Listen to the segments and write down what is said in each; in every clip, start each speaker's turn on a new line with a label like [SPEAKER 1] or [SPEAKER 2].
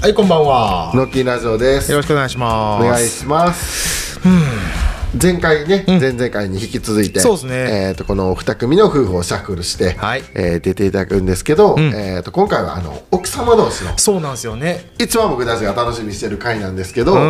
[SPEAKER 1] はいこんばんは
[SPEAKER 2] のっきーラジオです
[SPEAKER 1] よろしくお願いしま
[SPEAKER 2] お
[SPEAKER 1] す
[SPEAKER 2] 願いします前回ね、前々回に引き続いて
[SPEAKER 1] そうですね
[SPEAKER 2] えー、とこの2組の夫婦をシャッフルして、
[SPEAKER 1] はい
[SPEAKER 2] えー出ていただくんですけど、えー、と今回はあの奥様同士の
[SPEAKER 1] そうなんですよね
[SPEAKER 2] 一番僕たちが楽しみにしてる回なんですけど、
[SPEAKER 1] ん
[SPEAKER 2] え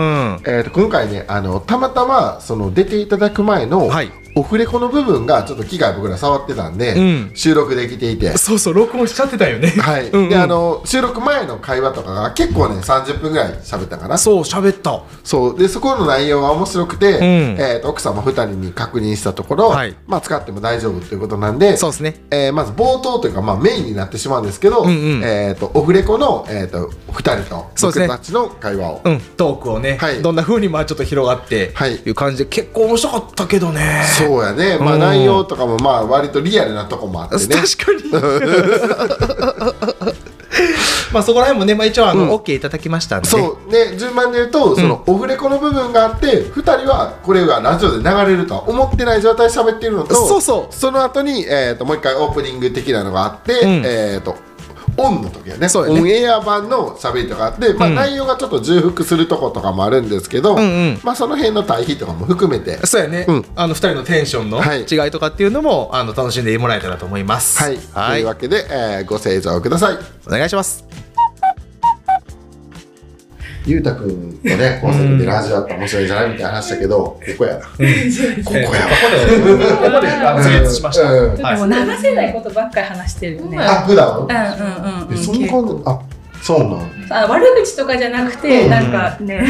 [SPEAKER 2] ー、と今回ねあのたまたまその出ていただく前の、
[SPEAKER 1] はい
[SPEAKER 2] オフレコの部分がちょっと機械僕ら触ってたんで、
[SPEAKER 1] ん
[SPEAKER 2] 収録できていて。
[SPEAKER 1] そうそう録音しちゃってたよね
[SPEAKER 2] はい、
[SPEAKER 1] うんうん
[SPEAKER 2] であの収録前の会話とかが結構ね30分ぐらい喋ったかな
[SPEAKER 1] そう喋った
[SPEAKER 2] そうでそこの内容が面白くて、
[SPEAKER 1] ん
[SPEAKER 2] えー、と奥様2人に確認したところ、
[SPEAKER 1] はい
[SPEAKER 2] まあ、使っても大丈夫ということなんで
[SPEAKER 1] そうですね
[SPEAKER 2] えーまず冒頭というか、まあ、メインになってしまうんですけど、
[SPEAKER 1] んうん
[SPEAKER 2] えー、とオフレコの、えー、と2人と
[SPEAKER 1] そうですね
[SPEAKER 2] 僕たちの会話を、
[SPEAKER 1] うんトークをね、
[SPEAKER 2] はい
[SPEAKER 1] どんな風にまあちょっと広がって、
[SPEAKER 2] はい
[SPEAKER 1] いう感じで結構面白かったけどね
[SPEAKER 2] そうやね、ま
[SPEAKER 1] う
[SPEAKER 2] あ、
[SPEAKER 1] ん
[SPEAKER 2] 内容とかもまあ割とリアルなとこもあってね
[SPEAKER 1] 確かに まあそこら辺もね、まあ、一応あの、OK いただきましたんでね、
[SPEAKER 2] そうね順番で言うとそのオフレコの部分があって、2人はこれがラジオで流れるとは思ってない状態で喋っているのと
[SPEAKER 1] そうそう
[SPEAKER 2] その後に、えー、ともう一回オープニング的なのがあって、
[SPEAKER 1] ん
[SPEAKER 2] えっ、とオンの時やね
[SPEAKER 1] そうやね
[SPEAKER 2] オンエア版の喋りとかあって、まあ、内容がちょっと重複するとことかもあるんですけど、
[SPEAKER 1] ん
[SPEAKER 2] まあ、その辺の対比とかも含めて
[SPEAKER 1] そうやね、
[SPEAKER 2] うん
[SPEAKER 1] あの2人のテンションの
[SPEAKER 2] はい
[SPEAKER 1] 違いとかっていうのも、あの楽しんでもらえたらと思います
[SPEAKER 2] はい、というわけで、えーご清聴ください
[SPEAKER 1] お願いします
[SPEAKER 2] ゆうたくんのねコンセプトでラジオだったら面白いんじゃないみたいな話だけどここやな、ここやわ
[SPEAKER 1] ここまであの成立しました、
[SPEAKER 2] うん
[SPEAKER 3] ちょっともう流せないことばっかり話してるよね。
[SPEAKER 2] あ普段は
[SPEAKER 3] うんうんうんう
[SPEAKER 2] え
[SPEAKER 3] ん。
[SPEAKER 2] そんな感じあそうなん
[SPEAKER 3] 結構あ悪口とかじゃなくて、なんかね、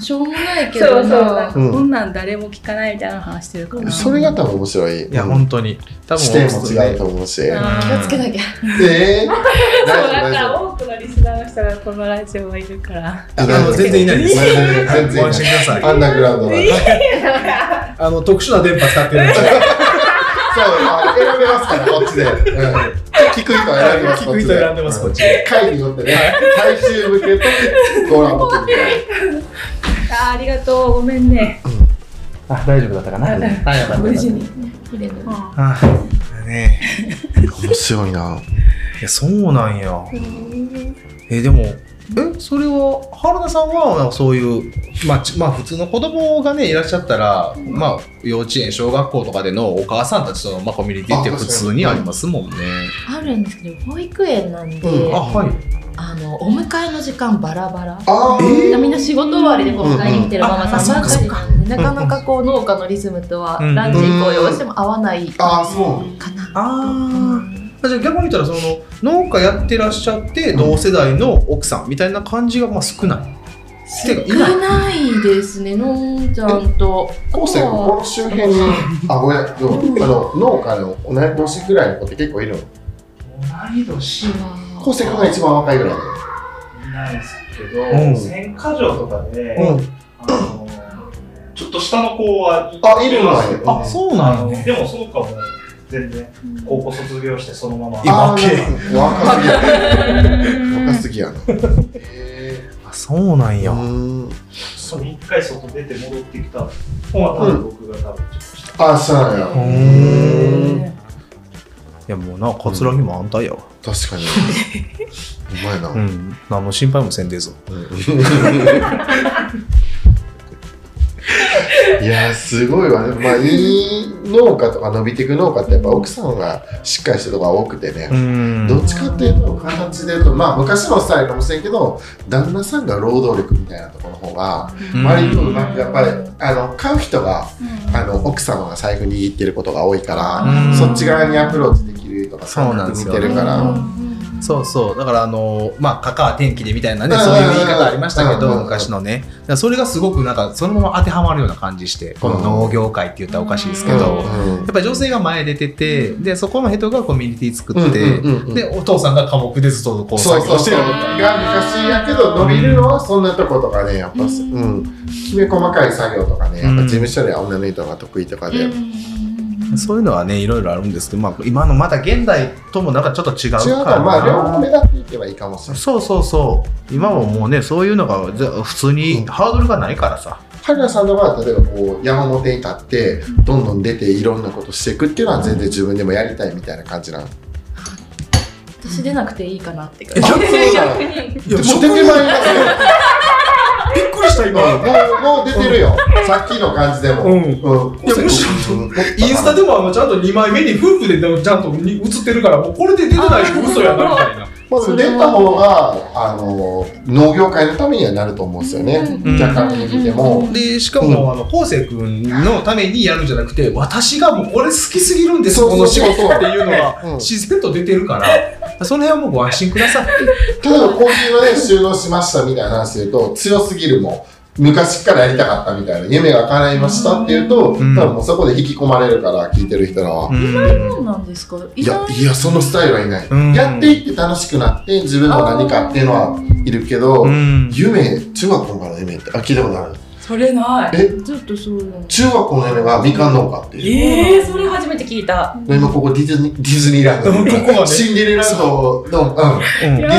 [SPEAKER 4] しょうもないけ
[SPEAKER 3] そ
[SPEAKER 4] ど
[SPEAKER 3] うそう、なん
[SPEAKER 4] な
[SPEAKER 3] か
[SPEAKER 2] うん
[SPEAKER 3] こんなん誰も聞かないみたいなの話してるから。
[SPEAKER 2] それが多分面白い
[SPEAKER 1] いや
[SPEAKER 2] うん
[SPEAKER 1] 本当に多
[SPEAKER 2] 視点も違うと
[SPEAKER 1] ね
[SPEAKER 2] 思うし
[SPEAKER 3] うん
[SPEAKER 4] 気をつけなきゃ
[SPEAKER 2] えー、
[SPEAKER 3] そう
[SPEAKER 2] 大丈夫
[SPEAKER 3] だ
[SPEAKER 2] 大
[SPEAKER 3] か
[SPEAKER 2] 丈
[SPEAKER 3] ら多くのリスナーの人がこのラジオはいるから。
[SPEAKER 2] 夫
[SPEAKER 1] あの全然いないです
[SPEAKER 2] 全然全
[SPEAKER 1] ご安心
[SPEAKER 2] 然
[SPEAKER 1] ください
[SPEAKER 2] アンダーグラウンドなんでそう
[SPEAKER 1] あの特殊な電波使ってるんで
[SPEAKER 2] あ選べますからこっちで、うん、聞く人は選びます
[SPEAKER 1] 聞く人選んでますこっちで
[SPEAKER 2] 回によってね大衆向けとご覧向けみたい
[SPEAKER 3] あありがとう、ごめんね。
[SPEAKER 1] あ大丈夫だったかなはいよかった
[SPEAKER 3] 無事に。
[SPEAKER 4] 入れる
[SPEAKER 3] うん
[SPEAKER 1] あね
[SPEAKER 2] な面白いな
[SPEAKER 1] えいやそうなんやえでもえそれは春菜さんはなんかそういう、まあ、ちまあ普通の子供がねいらっしゃったら、まあ幼稚園小学校とかでのお母さんたちとの、まあ、コミュニティって
[SPEAKER 2] あ
[SPEAKER 1] 普通にありますもんね。
[SPEAKER 4] あるんですけど保育園なんで、
[SPEAKER 2] うん
[SPEAKER 4] あ
[SPEAKER 1] はい。
[SPEAKER 4] のお迎えの時間バラバラ
[SPEAKER 2] あー
[SPEAKER 1] え
[SPEAKER 4] みんな仕事終わりでこう迎えに来てるママさんばっかり
[SPEAKER 1] あそっかそっか
[SPEAKER 4] なんでなかなかこう農家のリズムとは
[SPEAKER 1] うん
[SPEAKER 4] ランチ以降どうしても合わないか
[SPEAKER 2] あーそう
[SPEAKER 4] な
[SPEAKER 1] ああ。じゃあ逆に言ったらその農家やってらっしゃって同世代の奥さんみたいな感じがまあ少ない。てかい
[SPEAKER 4] 少
[SPEAKER 1] ない。
[SPEAKER 4] ないですねのんちゃんと
[SPEAKER 2] 高専ここの周辺にあごめんあの農家の同い年ぐらいの子って結構いるの
[SPEAKER 5] 同い年い
[SPEAKER 2] 高専が一番若いぐらい
[SPEAKER 5] ないですけど、
[SPEAKER 1] うん
[SPEAKER 5] 選果場とかで、
[SPEAKER 1] うん。
[SPEAKER 5] あのちょっと下の子はい
[SPEAKER 2] あいるんだ
[SPEAKER 5] ますけど
[SPEAKER 1] あそうな
[SPEAKER 5] あ
[SPEAKER 1] の
[SPEAKER 5] の。でもその子はもう全然高校卒業してそのまま
[SPEAKER 1] 今
[SPEAKER 2] あー若すぎやな若すぎやなへ
[SPEAKER 1] あそうなん
[SPEAKER 2] ー
[SPEAKER 1] や。
[SPEAKER 2] うーん
[SPEAKER 5] そう一回外出て戻ってきたのは多分僕が多分ちょっと下、
[SPEAKER 2] あそうなん
[SPEAKER 1] う
[SPEAKER 2] や
[SPEAKER 1] ーん。いやもうな桂木も安泰やわ。
[SPEAKER 2] 確かにうまいな、
[SPEAKER 1] うん。何も心配もせんでえぞ。
[SPEAKER 2] いやーすごいわねまあいい農家とか伸びていく農家ってやっぱ奥さんがしっかりしてるとこが多くてね、
[SPEAKER 1] ん
[SPEAKER 2] どっちかっていうと形で言うとまあ昔のスタイルかもしれんけど旦那さんが労働力みたいなところの方が割とうまくやっぱりあの買う人があの奥様が財布握ってることが多いから
[SPEAKER 1] うん
[SPEAKER 2] そっち側にアプローチできるとか
[SPEAKER 1] そうなんですよ
[SPEAKER 2] 見てるから
[SPEAKER 1] う
[SPEAKER 2] うんん
[SPEAKER 1] そうそうだからあのまあ「かか天気で」みたいなね
[SPEAKER 2] うん
[SPEAKER 1] そういう言い方ありましたけ
[SPEAKER 2] うん
[SPEAKER 1] ど昔のねだからそれがすごくなんかそのまま当てはまるような感じしてこの農業界って言ったらおかしいですけどやっぱり女性が前出ててでそこの人がコミュニティ作
[SPEAKER 2] うん
[SPEAKER 1] って
[SPEAKER 2] うんうんうん
[SPEAKER 1] でお父さんが寡黙でずっとこう
[SPEAKER 2] そう
[SPEAKER 1] 作業
[SPEAKER 2] そう
[SPEAKER 1] して
[SPEAKER 2] そう
[SPEAKER 1] る
[SPEAKER 2] が
[SPEAKER 1] みたいな
[SPEAKER 2] 昔やけど伸びるのはそんなとことかねやっぱすうんきめ細かい作業とかねやっぱ事務所では女の人が得意とかで違う
[SPEAKER 1] そういうのはねいろいろあるんですけどまあ今のまた現代ともなんかちょっと違うから
[SPEAKER 2] からまあ両方目立っていけばいいかもしれない
[SPEAKER 1] そうそうそう今はもうねそういうのがぜ普通にハードルがないからさ
[SPEAKER 2] 春菜さんの場合は例えばこう山本に立ってどんどん出ていろんなことしていくっていうのは全然自分でもやりたいみたいな感じなの
[SPEAKER 4] 私出なくていいかなって感
[SPEAKER 1] え
[SPEAKER 4] じ。
[SPEAKER 1] 逆に
[SPEAKER 2] 逆
[SPEAKER 3] に
[SPEAKER 1] いや
[SPEAKER 2] もう出てまいりますよびっくりした今もうもう出てるよ、さっきの感じでも、
[SPEAKER 1] うん
[SPEAKER 2] うん
[SPEAKER 1] いやむしろインスタでもあのちゃんと2枚目に夫婦でちゃんとに映ってるからもうこれで出てないと嘘やなみたいな。
[SPEAKER 2] まず出た方があの農業界のためにはなると思うんですよね、
[SPEAKER 1] うん
[SPEAKER 2] 客観的に見ても、
[SPEAKER 1] でしかも、あの昴生君のためにやるんじゃなくて私がもうこれ好きすぎるんです
[SPEAKER 2] そう
[SPEAKER 1] この
[SPEAKER 2] そう
[SPEAKER 1] 仕
[SPEAKER 2] そう
[SPEAKER 1] 事っていうの
[SPEAKER 2] うん
[SPEAKER 1] が自然と出てるからその辺はもうご安心ください。
[SPEAKER 2] 例えばコンビニのね収納しましたみたいな話すると強すぎるもん昔からやりたかったみたいな夢が叶いましたっていうと、
[SPEAKER 1] うん
[SPEAKER 2] 多分もうそこで引き込まれるから聞いてる人らは、
[SPEAKER 4] そうなんですか。
[SPEAKER 2] い
[SPEAKER 4] い
[SPEAKER 2] や
[SPEAKER 4] や、
[SPEAKER 2] いやそのスタイルはいない、
[SPEAKER 1] うん
[SPEAKER 2] やっていって楽しくなって自分も何かっていうのはいるけど、
[SPEAKER 1] うん
[SPEAKER 2] 夢中学校からの夢ってあ聞いたことある
[SPEAKER 3] それない
[SPEAKER 4] ずっとそうなんです。
[SPEAKER 2] 中学校の夢がみかん農家っていう、
[SPEAKER 3] ええー、それ初めて聞いた
[SPEAKER 2] 今ここディズニーディズニーランド
[SPEAKER 1] ここはね
[SPEAKER 2] シンデレランドの、うん、ディズニー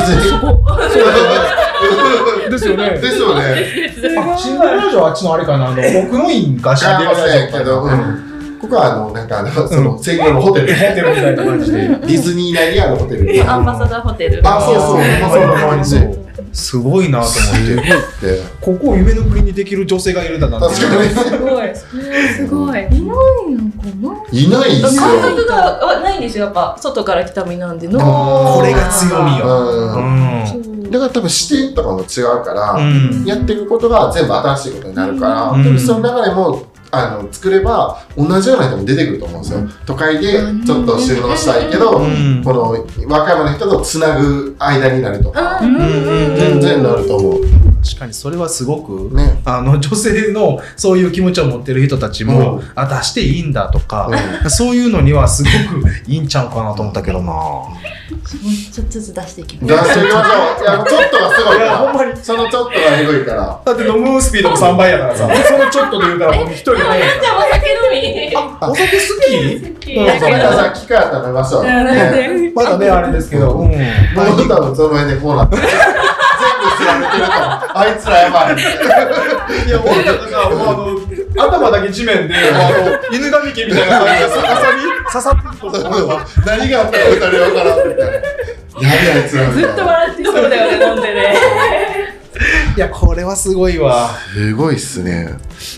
[SPEAKER 1] ですよね。
[SPEAKER 2] ですよね
[SPEAKER 1] あシンデレラ城はあっちのあれかなあの奥の院がシンデレ
[SPEAKER 2] あ
[SPEAKER 1] ラ
[SPEAKER 2] そうや
[SPEAKER 1] 城
[SPEAKER 2] けど、うん、ここはあのなんかあのその専業のホテル、
[SPEAKER 1] ホテルみたいな感じで。
[SPEAKER 2] ディズニーなりあのホテル
[SPEAKER 4] アンバサダーホテル。
[SPEAKER 2] あそうそうそうそう感じ
[SPEAKER 1] すごいなと思って。
[SPEAKER 2] で
[SPEAKER 1] ここを夢の国にできる女性がいるんだなって。
[SPEAKER 2] 確か
[SPEAKER 3] すごいそれはすごい
[SPEAKER 4] いないのかな。
[SPEAKER 2] にいないですよ
[SPEAKER 4] 感
[SPEAKER 3] 感覚がないんですよやっぱ外から来た身なんでの
[SPEAKER 2] あー
[SPEAKER 1] これが強みよ。
[SPEAKER 2] う
[SPEAKER 1] うんん
[SPEAKER 2] だから多分視点とかも違うから、
[SPEAKER 1] うん
[SPEAKER 2] やっていくことが全部新しいことになるから、
[SPEAKER 1] うん
[SPEAKER 2] 多分その流れもあの作れば同じような人も出てくると思うんですよ都会でちょっと収納したいけど、
[SPEAKER 1] うん
[SPEAKER 2] この和歌山の人とつなぐ間になるとか、
[SPEAKER 4] うん
[SPEAKER 1] うん
[SPEAKER 2] 全然なると思う
[SPEAKER 1] 確かにそれはすごく、
[SPEAKER 2] ね、
[SPEAKER 1] あの女性のそういう気持ちを持ってる人たちも、
[SPEAKER 2] うん
[SPEAKER 1] あ出していいんだとか、そういうのにはすごくいいんちゃうかなと思ったけどな。
[SPEAKER 4] ちょっとずつ出していき
[SPEAKER 2] うん、
[SPEAKER 4] ま
[SPEAKER 2] だ
[SPEAKER 4] す。
[SPEAKER 2] からそれはじゃあいやもうちょっとがすごい
[SPEAKER 1] いやほんま
[SPEAKER 2] からそのちょっとがエグいから
[SPEAKER 1] だって飲むスピードも3倍やからさ、そのちょっとで言うたらもう一人で。
[SPEAKER 4] じゃあお酒飲み。
[SPEAKER 1] あお酒好
[SPEAKER 3] 好き
[SPEAKER 1] うん
[SPEAKER 2] だから機会やったら飲みましょう、ね、
[SPEAKER 1] きまだね、あれですけど。うん。
[SPEAKER 2] もう多分その辺でこうなってる全部知られてると思うあいつらやばい
[SPEAKER 1] いや、俺らが、もうあの、頭だけ地面で、あの、犬神家みたいな感じでさ、ささみ、刺さって
[SPEAKER 2] 何があったら打たれようかなみたいな。やべえやつらみ
[SPEAKER 3] ず
[SPEAKER 2] た
[SPEAKER 3] っ
[SPEAKER 2] い
[SPEAKER 3] と
[SPEAKER 2] な。
[SPEAKER 3] 笑ってそうだよね飲んでね
[SPEAKER 1] いや、これはすごいわ。
[SPEAKER 2] すごいっすね。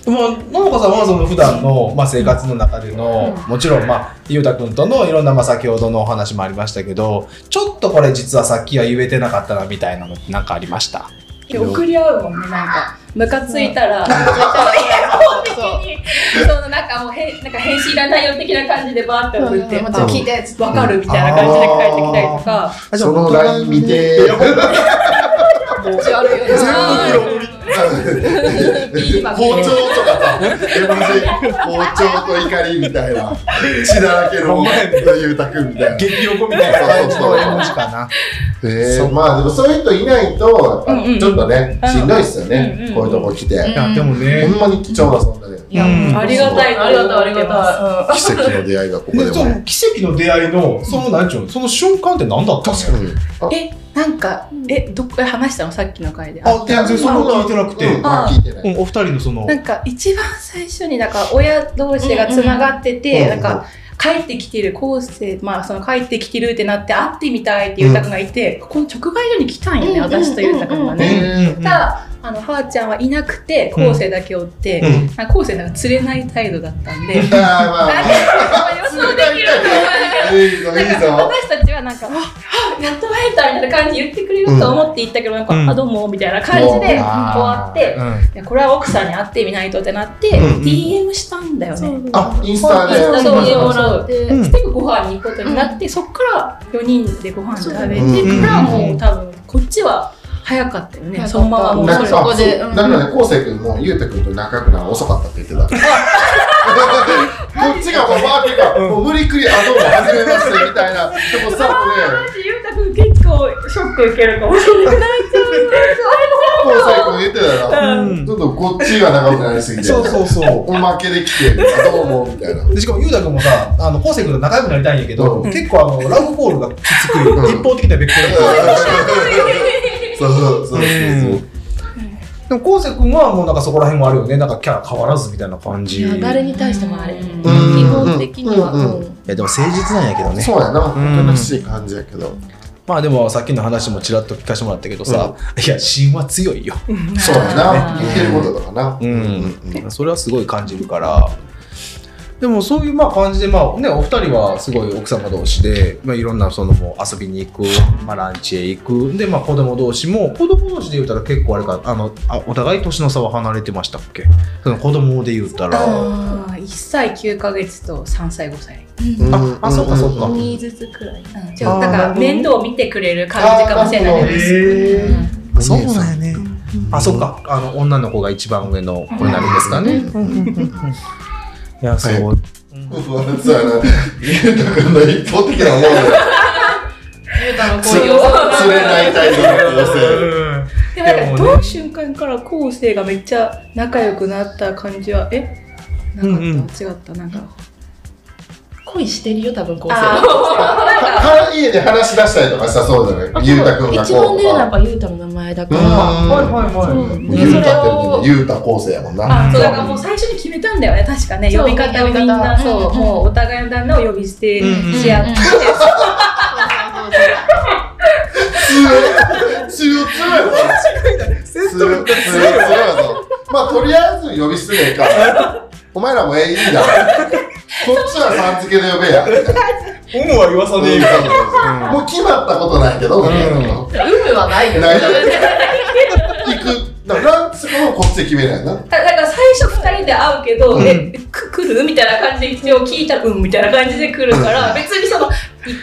[SPEAKER 1] もう、ののこさんはその普段の、まあ、生活の中での、もちろん、まあ、ゆうたくんとのいろんな、まあ、先ほどのお話もありましたけど、ちょっとこれ実はさっきは言えてなかったな、みたいなのってなんかありました
[SPEAKER 3] で送り合うもんねなんかムカついたら基本的にそのなんかもうへんなんか返信いらないよ的な感じでバーって送って、まあ、ちょっと聞いたやつわかるみたいな感じで帰ってきたりとか
[SPEAKER 2] そのライン見て。
[SPEAKER 3] 気持ち悪いよね
[SPEAKER 2] 包丁とかさ、絵文字包丁と怒りみたいな、血だらけ
[SPEAKER 1] ほ
[SPEAKER 2] の
[SPEAKER 1] んまやね
[SPEAKER 2] ゆうたくんみたいな。
[SPEAKER 1] 激横みたいな感じの絵文字かな。
[SPEAKER 2] え
[SPEAKER 1] そう
[SPEAKER 2] ー、まあでもそういう人いないと、やっ
[SPEAKER 3] う
[SPEAKER 2] ぱ
[SPEAKER 3] んうん
[SPEAKER 2] ちょっとね、しんどいっすよ
[SPEAKER 3] うん
[SPEAKER 2] ね
[SPEAKER 3] う、ん
[SPEAKER 2] こういうとこ来て。
[SPEAKER 1] いや、でも
[SPEAKER 2] ほ
[SPEAKER 1] ね、
[SPEAKER 2] んまに貴重な存在で。
[SPEAKER 3] いや
[SPEAKER 1] うん
[SPEAKER 3] ありがたい
[SPEAKER 4] ありがたいありが
[SPEAKER 3] い
[SPEAKER 4] た
[SPEAKER 2] 奇跡の出会いがここで
[SPEAKER 1] でそ
[SPEAKER 2] も
[SPEAKER 1] の。奇跡の出会いの、その、なんちゅうの、その瞬間って何だったんですか
[SPEAKER 2] うん
[SPEAKER 3] えなんかえどこ話したのさっきの回であ
[SPEAKER 1] あ、全然そこ聞いてなくて
[SPEAKER 2] う。んまあ聞いてない。
[SPEAKER 1] うんお二人のその、
[SPEAKER 3] なんか一番最初になんか親同士がつながってて、
[SPEAKER 2] うんうん
[SPEAKER 3] なんか帰ってきてる後世、まあ、その帰ってきてるってなって会ってみたいっていうたくんがいて、ここの直売所に来たんよね、
[SPEAKER 4] うん
[SPEAKER 3] 私とゆうたくんが
[SPEAKER 1] うん
[SPEAKER 3] ね。
[SPEAKER 1] うん
[SPEAKER 3] ただあのはーちゃんはいなくて後世だけおって、
[SPEAKER 1] うんうん
[SPEAKER 3] あ後世なんか釣れない態度だったん
[SPEAKER 2] あーま
[SPEAKER 3] で、
[SPEAKER 2] あまあ
[SPEAKER 3] まあ予想できると思うんだけど
[SPEAKER 2] いいぞいい
[SPEAKER 3] なんか
[SPEAKER 2] ぞ。
[SPEAKER 3] 私たちはなんか「ああやっと会えた」みたいな感じで言ってくれると思って行ったけど、なんか「
[SPEAKER 1] うん
[SPEAKER 3] あどうも」みたいな感じで終わって、
[SPEAKER 1] うん
[SPEAKER 3] いやこれは奥さんに会ってみないとってなって、
[SPEAKER 1] うん
[SPEAKER 3] DM したんだよね。
[SPEAKER 2] あ、インスタで。
[SPEAKER 3] そう
[SPEAKER 4] そう
[SPEAKER 3] もらって、
[SPEAKER 1] うん
[SPEAKER 3] でご飯に行くことになって、そっから4人でご飯食べて、
[SPEAKER 2] うん
[SPEAKER 3] からもう多分こっちは早かったよね、
[SPEAKER 4] 早かった
[SPEAKER 3] そのままもう
[SPEAKER 2] な
[SPEAKER 3] そ
[SPEAKER 2] ん
[SPEAKER 3] れ
[SPEAKER 2] か
[SPEAKER 4] そこで
[SPEAKER 2] そう
[SPEAKER 4] うん
[SPEAKER 2] なんかね、こうせい君もゆうた君と仲良くなるの遅かったって言ってた。こっちがもうバーっていうか、もう無理くり、あ、どうも、はじめましてみたいな。でもさ、こ
[SPEAKER 3] ゆうたくん結構ショック受けるかもしれない。
[SPEAKER 2] れ、こうせい君言ってたら、
[SPEAKER 1] う
[SPEAKER 2] ちょ
[SPEAKER 1] ん
[SPEAKER 2] っとこっちが仲良くなりすぎて、
[SPEAKER 1] そうそうそ
[SPEAKER 2] おまけで来て、あどうも、みた いな。
[SPEAKER 1] う。でしかも、ゆうたくんもさ、あの、昴生君と仲良くなりたいんやけど、
[SPEAKER 2] うん
[SPEAKER 1] 結構あの、ラブコールがきつく、
[SPEAKER 2] ん
[SPEAKER 1] 一方的な別居
[SPEAKER 2] そうそうそうそう。
[SPEAKER 1] でも、昴生君はもうなんかそこら辺もあるよね。なんかキャラ変わらずみたいな感
[SPEAKER 4] い
[SPEAKER 1] じ。
[SPEAKER 4] や、誰
[SPEAKER 1] い
[SPEAKER 4] に対してもあれ。基
[SPEAKER 3] うん
[SPEAKER 4] 本的には。
[SPEAKER 2] うん
[SPEAKER 4] うん
[SPEAKER 1] や、でも誠実なんやけどね。
[SPEAKER 2] そうやな、
[SPEAKER 1] ん
[SPEAKER 2] 楽しい感じやけど。
[SPEAKER 1] まあでもさっきの話もちらっと聞かせてもらったけどさ、いや芯は強いよ、
[SPEAKER 2] そうや
[SPEAKER 4] う
[SPEAKER 2] なん言ってることだからな
[SPEAKER 1] うん
[SPEAKER 2] うん
[SPEAKER 1] それはすごい感じるからでもそういうまあ感じでまあねお二人はすごい奥様同士で、まあ、いろんなそのもう遊びに行く、まあ、ランチへ行くでまあ子供同士も子供同士で言うたら結構あれかあのあお互い年の差は離れてましたっけその子供で言うたらあ
[SPEAKER 4] あ
[SPEAKER 3] 1歳9ヶ月と3歳5歳、
[SPEAKER 4] ー
[SPEAKER 2] うん
[SPEAKER 1] あそうかそう
[SPEAKER 4] う
[SPEAKER 1] か
[SPEAKER 4] ん二ずつくらい。
[SPEAKER 3] うん、ちょっとだから面倒を見てくれる感じかもしれない
[SPEAKER 2] あーなるほ
[SPEAKER 3] ね
[SPEAKER 2] ど
[SPEAKER 5] えー
[SPEAKER 1] そうだよねあそううかあの女の子が一番上の子になるんですかね
[SPEAKER 2] うん
[SPEAKER 1] いやそう、
[SPEAKER 2] うんそうやなゆうたくんの一方的なもんだよ
[SPEAKER 4] ゆうたの
[SPEAKER 2] つ連れないたいの女性
[SPEAKER 3] でもなんかどの瞬間から後世がめっちゃ仲良くなった感じはえなかった、
[SPEAKER 1] うんうん
[SPEAKER 3] 違ったなんか
[SPEAKER 4] 恋してるよ、多分、高
[SPEAKER 3] あ
[SPEAKER 4] 生。
[SPEAKER 2] は家で話し出したりとかしたそうじゃないゆうたくんが
[SPEAKER 4] 一
[SPEAKER 2] こう
[SPEAKER 4] 番出
[SPEAKER 2] と
[SPEAKER 4] るのはやっ
[SPEAKER 2] か
[SPEAKER 4] ぱゆうたの名前だか
[SPEAKER 2] うん
[SPEAKER 4] ら。
[SPEAKER 1] はいはいはい、
[SPEAKER 4] うん
[SPEAKER 2] ゆうたって
[SPEAKER 4] それを
[SPEAKER 2] ゆうた構成やもんな
[SPEAKER 3] あそうだからもう最初に決めたんだよね確かね
[SPEAKER 4] そう
[SPEAKER 3] 呼び方をみんな
[SPEAKER 4] 呼び方
[SPEAKER 3] そう
[SPEAKER 4] うん
[SPEAKER 3] もうお互いの旦那を呼び捨てし合って、
[SPEAKER 4] うん
[SPEAKER 2] つよつよやぞつよつよやぞまあとりあえず呼び捨てねえかお前らもええいいだろこっちはさん付けで呼べや
[SPEAKER 1] 思は言わさねえよ
[SPEAKER 2] もう決まったことないけど、
[SPEAKER 1] うん
[SPEAKER 2] 行
[SPEAKER 4] 有無はないよ。
[SPEAKER 2] ないよくだからランチもこっちで決めないな
[SPEAKER 3] だだから最初2人で会うけど、
[SPEAKER 1] うん
[SPEAKER 3] えく来るみたいな感じで一応聞いたらうんみたいな感じで来るから、別にそのい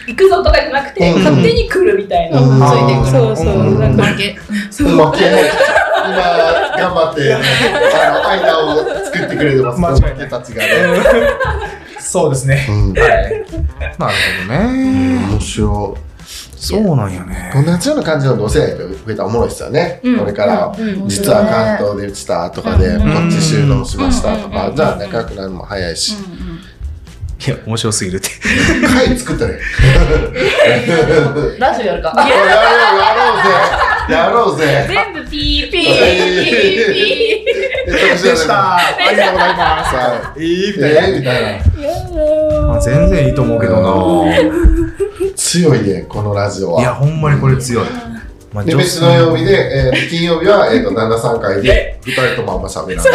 [SPEAKER 3] 行くぞとかじゃなくて、
[SPEAKER 1] うん
[SPEAKER 3] 勝手に来るみたい
[SPEAKER 2] う
[SPEAKER 3] な、
[SPEAKER 2] ん
[SPEAKER 4] ついてくる
[SPEAKER 3] そうそう、
[SPEAKER 1] うん
[SPEAKER 3] なんか
[SPEAKER 4] 負け。
[SPEAKER 3] そう
[SPEAKER 2] 負け今頑張ってあの間を作ってくれてます
[SPEAKER 1] 間違いない
[SPEAKER 2] 負けたちがね、
[SPEAKER 1] そうですね
[SPEAKER 2] うん、
[SPEAKER 1] はいなるほどね
[SPEAKER 2] 面白い
[SPEAKER 1] そうなんやね
[SPEAKER 2] 同じような感じの同世代が増えたらおもろいっすよね、
[SPEAKER 3] うん
[SPEAKER 2] これから実は関東で打ちたとかで、
[SPEAKER 3] うん
[SPEAKER 2] こっち収納しましたとか、
[SPEAKER 3] うん
[SPEAKER 2] じゃあ仲良くなるのも早いし、
[SPEAKER 1] いや面白すぎるって
[SPEAKER 2] 会作ったらいい
[SPEAKER 4] ラジオやるか。
[SPEAKER 2] やろうやろうぜやろうぜ
[SPEAKER 3] 全部ピーピーピーピー
[SPEAKER 1] ありがとうございます
[SPEAKER 2] さあ
[SPEAKER 1] いいみたい
[SPEAKER 2] えーみたいな
[SPEAKER 1] なあ全然いいと思うけどな
[SPEAKER 2] 強いねこのラジオ
[SPEAKER 1] いや
[SPEAKER 2] は
[SPEAKER 1] ほんまにこれ強いまあ
[SPEAKER 2] で
[SPEAKER 1] 女
[SPEAKER 2] 別
[SPEAKER 1] 性
[SPEAKER 2] の曜日で、えー金曜日は、えー、と旦那さん会で二人ともあんま喋らない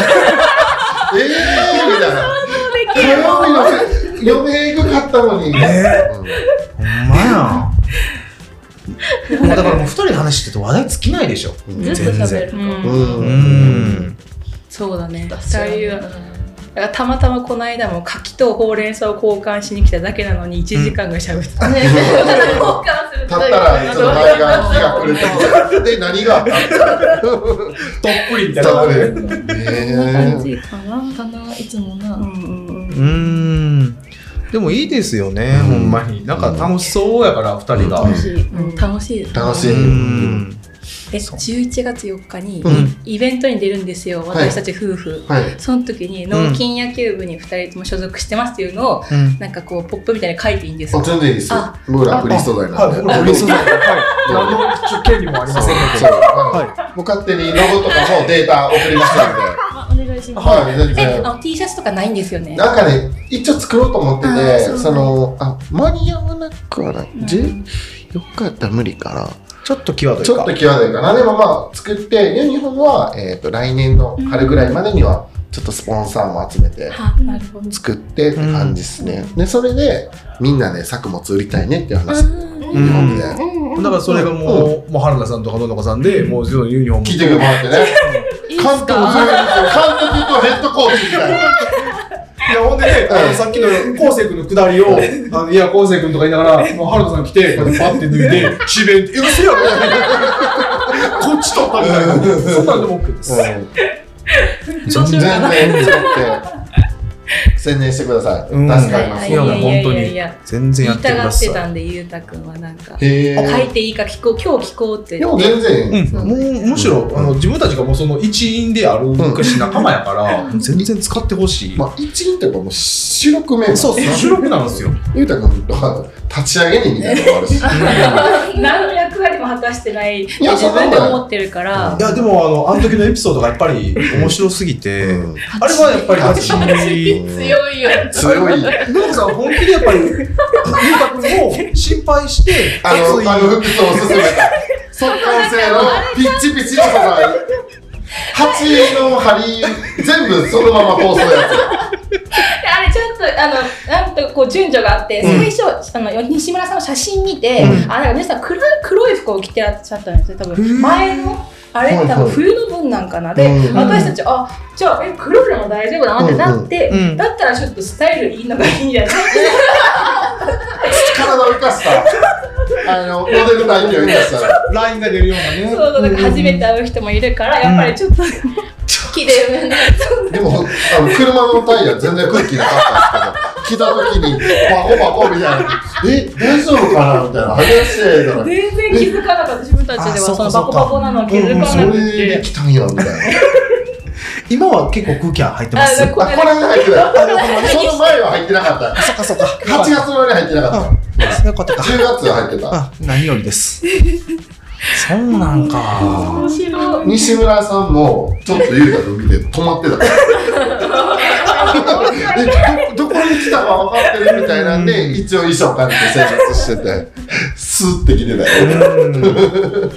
[SPEAKER 2] ええー、みたいな火曜日の嫁えぐかったのに、
[SPEAKER 1] ね
[SPEAKER 2] うん
[SPEAKER 1] ほんまやもうだからもう二人で話してると話題尽きないでしょ
[SPEAKER 4] ずっと喋る。
[SPEAKER 3] うん
[SPEAKER 2] う。
[SPEAKER 1] うんん
[SPEAKER 3] そうだね
[SPEAKER 4] そ
[SPEAKER 3] そういうだからたまたまこの間も柿とほうれん草を交換しに来ただけなのに1時間ぐらい喋ってた、
[SPEAKER 4] ね、
[SPEAKER 3] 交換する
[SPEAKER 2] たったら、その前が、日が来る ってで、何があった
[SPEAKER 1] とっぷりみ
[SPEAKER 2] 多
[SPEAKER 1] う
[SPEAKER 2] 分ね
[SPEAKER 3] 感
[SPEAKER 2] え
[SPEAKER 3] じかな、
[SPEAKER 4] かな、いつもな。
[SPEAKER 3] うんうんうん
[SPEAKER 1] ーんでもいいですよね
[SPEAKER 2] うん
[SPEAKER 1] ほんまになんか楽しそうやから二人が
[SPEAKER 2] うん
[SPEAKER 3] 楽しい、うん楽しいです
[SPEAKER 2] 楽し
[SPEAKER 1] う
[SPEAKER 2] い
[SPEAKER 1] ん
[SPEAKER 3] で11月4日に
[SPEAKER 1] うん
[SPEAKER 3] イベントに出るんですよ、
[SPEAKER 2] はい
[SPEAKER 3] 私たち夫婦
[SPEAKER 2] はい。
[SPEAKER 3] その時に農筋野球部に2人とも所属してますっていうのを
[SPEAKER 1] うん
[SPEAKER 3] なんかこうポップみたいに書いていいんです
[SPEAKER 2] あ、
[SPEAKER 3] よ
[SPEAKER 2] 全然いいですよ
[SPEAKER 3] あ。
[SPEAKER 2] 僕らフリー素材なんで。
[SPEAKER 1] はい、リスナー
[SPEAKER 2] 何
[SPEAKER 1] はい、何の権利もありませんの
[SPEAKER 2] そう
[SPEAKER 1] で。
[SPEAKER 2] はいもう勝手にロゴとかもデータ送りましたんで。
[SPEAKER 4] あ、お願いします。
[SPEAKER 2] はい、全
[SPEAKER 3] えあ
[SPEAKER 2] 然。
[SPEAKER 3] の T シャツとかないんですよね
[SPEAKER 2] なんかね、一応作ろうと思って
[SPEAKER 3] あ
[SPEAKER 2] て
[SPEAKER 3] そ、う
[SPEAKER 2] その、あ、間に合わなくはない。
[SPEAKER 3] ん
[SPEAKER 2] 10 4日やったら無理かな。
[SPEAKER 1] ちょっと際どいか。
[SPEAKER 2] ちょっと際どいかな。でもまあ、作って、ユニフォームは、えっと、来年の春ぐらいまでには、ちょっとスポンサーも集めて、
[SPEAKER 3] あなるほど
[SPEAKER 2] 作ってって感じですね、でそれでみんなで作物売りたいねっていう話、
[SPEAKER 1] う
[SPEAKER 2] 日本
[SPEAKER 1] ん
[SPEAKER 2] で
[SPEAKER 1] だからそれがもう、もう原田さんとか野中さんで、もうそのユニフォーム。
[SPEAKER 2] 聞いてもらってね
[SPEAKER 4] いいっ
[SPEAKER 2] 監
[SPEAKER 4] す
[SPEAKER 2] 督
[SPEAKER 4] か。
[SPEAKER 2] 監督とヘッドコーチみたいない
[SPEAKER 1] や、ほんでね、あのさっきの昴生君のくだりを、あのいや、昴生君とか言いながら、もう原田さん来て、こうやってパッて脱いで、自弁って、え、嘘やろこっち取ったみたいな。そんなんでも OK です。
[SPEAKER 3] どうし
[SPEAKER 2] 全
[SPEAKER 3] ようかな
[SPEAKER 2] 然作って宣伝してください、
[SPEAKER 1] うん
[SPEAKER 2] 助かりま
[SPEAKER 3] は
[SPEAKER 2] す
[SPEAKER 3] い
[SPEAKER 1] いやもう
[SPEAKER 3] や
[SPEAKER 1] 本当に
[SPEAKER 3] いやいや
[SPEAKER 1] 全然や
[SPEAKER 3] 言い
[SPEAKER 1] ってく
[SPEAKER 3] たが
[SPEAKER 1] だ
[SPEAKER 3] って
[SPEAKER 1] さい。
[SPEAKER 3] たんでゆうたくんはなん
[SPEAKER 2] へ
[SPEAKER 3] か書い
[SPEAKER 2] え
[SPEAKER 3] ていいか聞こう今日聞こうって
[SPEAKER 2] でも全然
[SPEAKER 1] うん、もうむしろあの自分たちがもうその一員であるし仲間やから、全然使ってほしい、
[SPEAKER 2] まあ一員というかもう四六名
[SPEAKER 1] そうそう主力なんですよ
[SPEAKER 2] ゆうたくんとは立ち上げ人みたいなのもあるし
[SPEAKER 3] 何の役割かりも果たしてないって
[SPEAKER 2] や
[SPEAKER 3] 自分で思ってるから
[SPEAKER 1] いやでもあのあの時のエピソードがやっぱり面白すぎて、
[SPEAKER 2] うん
[SPEAKER 1] あれはやっぱり初耳
[SPEAKER 4] 強いよ。
[SPEAKER 2] 強い。
[SPEAKER 1] 文子さん本気でやっぱり文化君を心配して
[SPEAKER 2] あの、
[SPEAKER 1] 熱意
[SPEAKER 2] あの服装を勧めた。速乾性のピッチピチの素材。鉢の針、全部そのまま放送や
[SPEAKER 3] であれちょっとあのなんとこう順序があって
[SPEAKER 1] う
[SPEAKER 3] 最初、あの西村さんの写真見て、
[SPEAKER 1] うん
[SPEAKER 3] あなんか皆さん黒い黒い服を着てらっしゃったんですよ多分前のあれ
[SPEAKER 2] はいはい
[SPEAKER 3] 多分冬の分なんかなで、
[SPEAKER 2] うん
[SPEAKER 3] 私たちあじゃあえ黒でも大丈夫だなってなって、
[SPEAKER 1] うんうん
[SPEAKER 3] だったらちょっとスタイルいいのがいいんじゃない
[SPEAKER 2] 体を生かした。あの、モデル体験を生かした。
[SPEAKER 1] ラインが出るようなね
[SPEAKER 3] そうそう、なんか初めて会う人もいるから、やっぱりちょっと、綺麗めな。
[SPEAKER 2] でも、あの、車のタイヤ全然空気なかったんですけど、来た時に、バコバコみたいな。え、大丈夫かなみたいな。話してたら、
[SPEAKER 3] 全然気づかなかった、自分たちで
[SPEAKER 1] あそ
[SPEAKER 3] は、
[SPEAKER 1] うか
[SPEAKER 3] そのバコバコなの気づかな
[SPEAKER 2] そ
[SPEAKER 3] く
[SPEAKER 2] れで
[SPEAKER 3] て。
[SPEAKER 2] 来たんや、みたいな。
[SPEAKER 1] 今は結構空気は入ってま
[SPEAKER 3] あ、
[SPEAKER 1] す
[SPEAKER 3] だ
[SPEAKER 2] あ、
[SPEAKER 3] から
[SPEAKER 2] こ
[SPEAKER 3] こ
[SPEAKER 2] れ
[SPEAKER 3] れ
[SPEAKER 2] が入ってない。その前は入ってなかった。
[SPEAKER 1] そっかそっか
[SPEAKER 2] 8月のに入ってなかった。
[SPEAKER 1] あそういうことか
[SPEAKER 2] 10月は入ってた。
[SPEAKER 1] あ何よりですそうなんか
[SPEAKER 3] 面白い。
[SPEAKER 2] 西村さんもちょっと優太と見て止まってたでどどこに来たか分かってるみたいなんで一応衣装借りて生活しててスーって来てたよ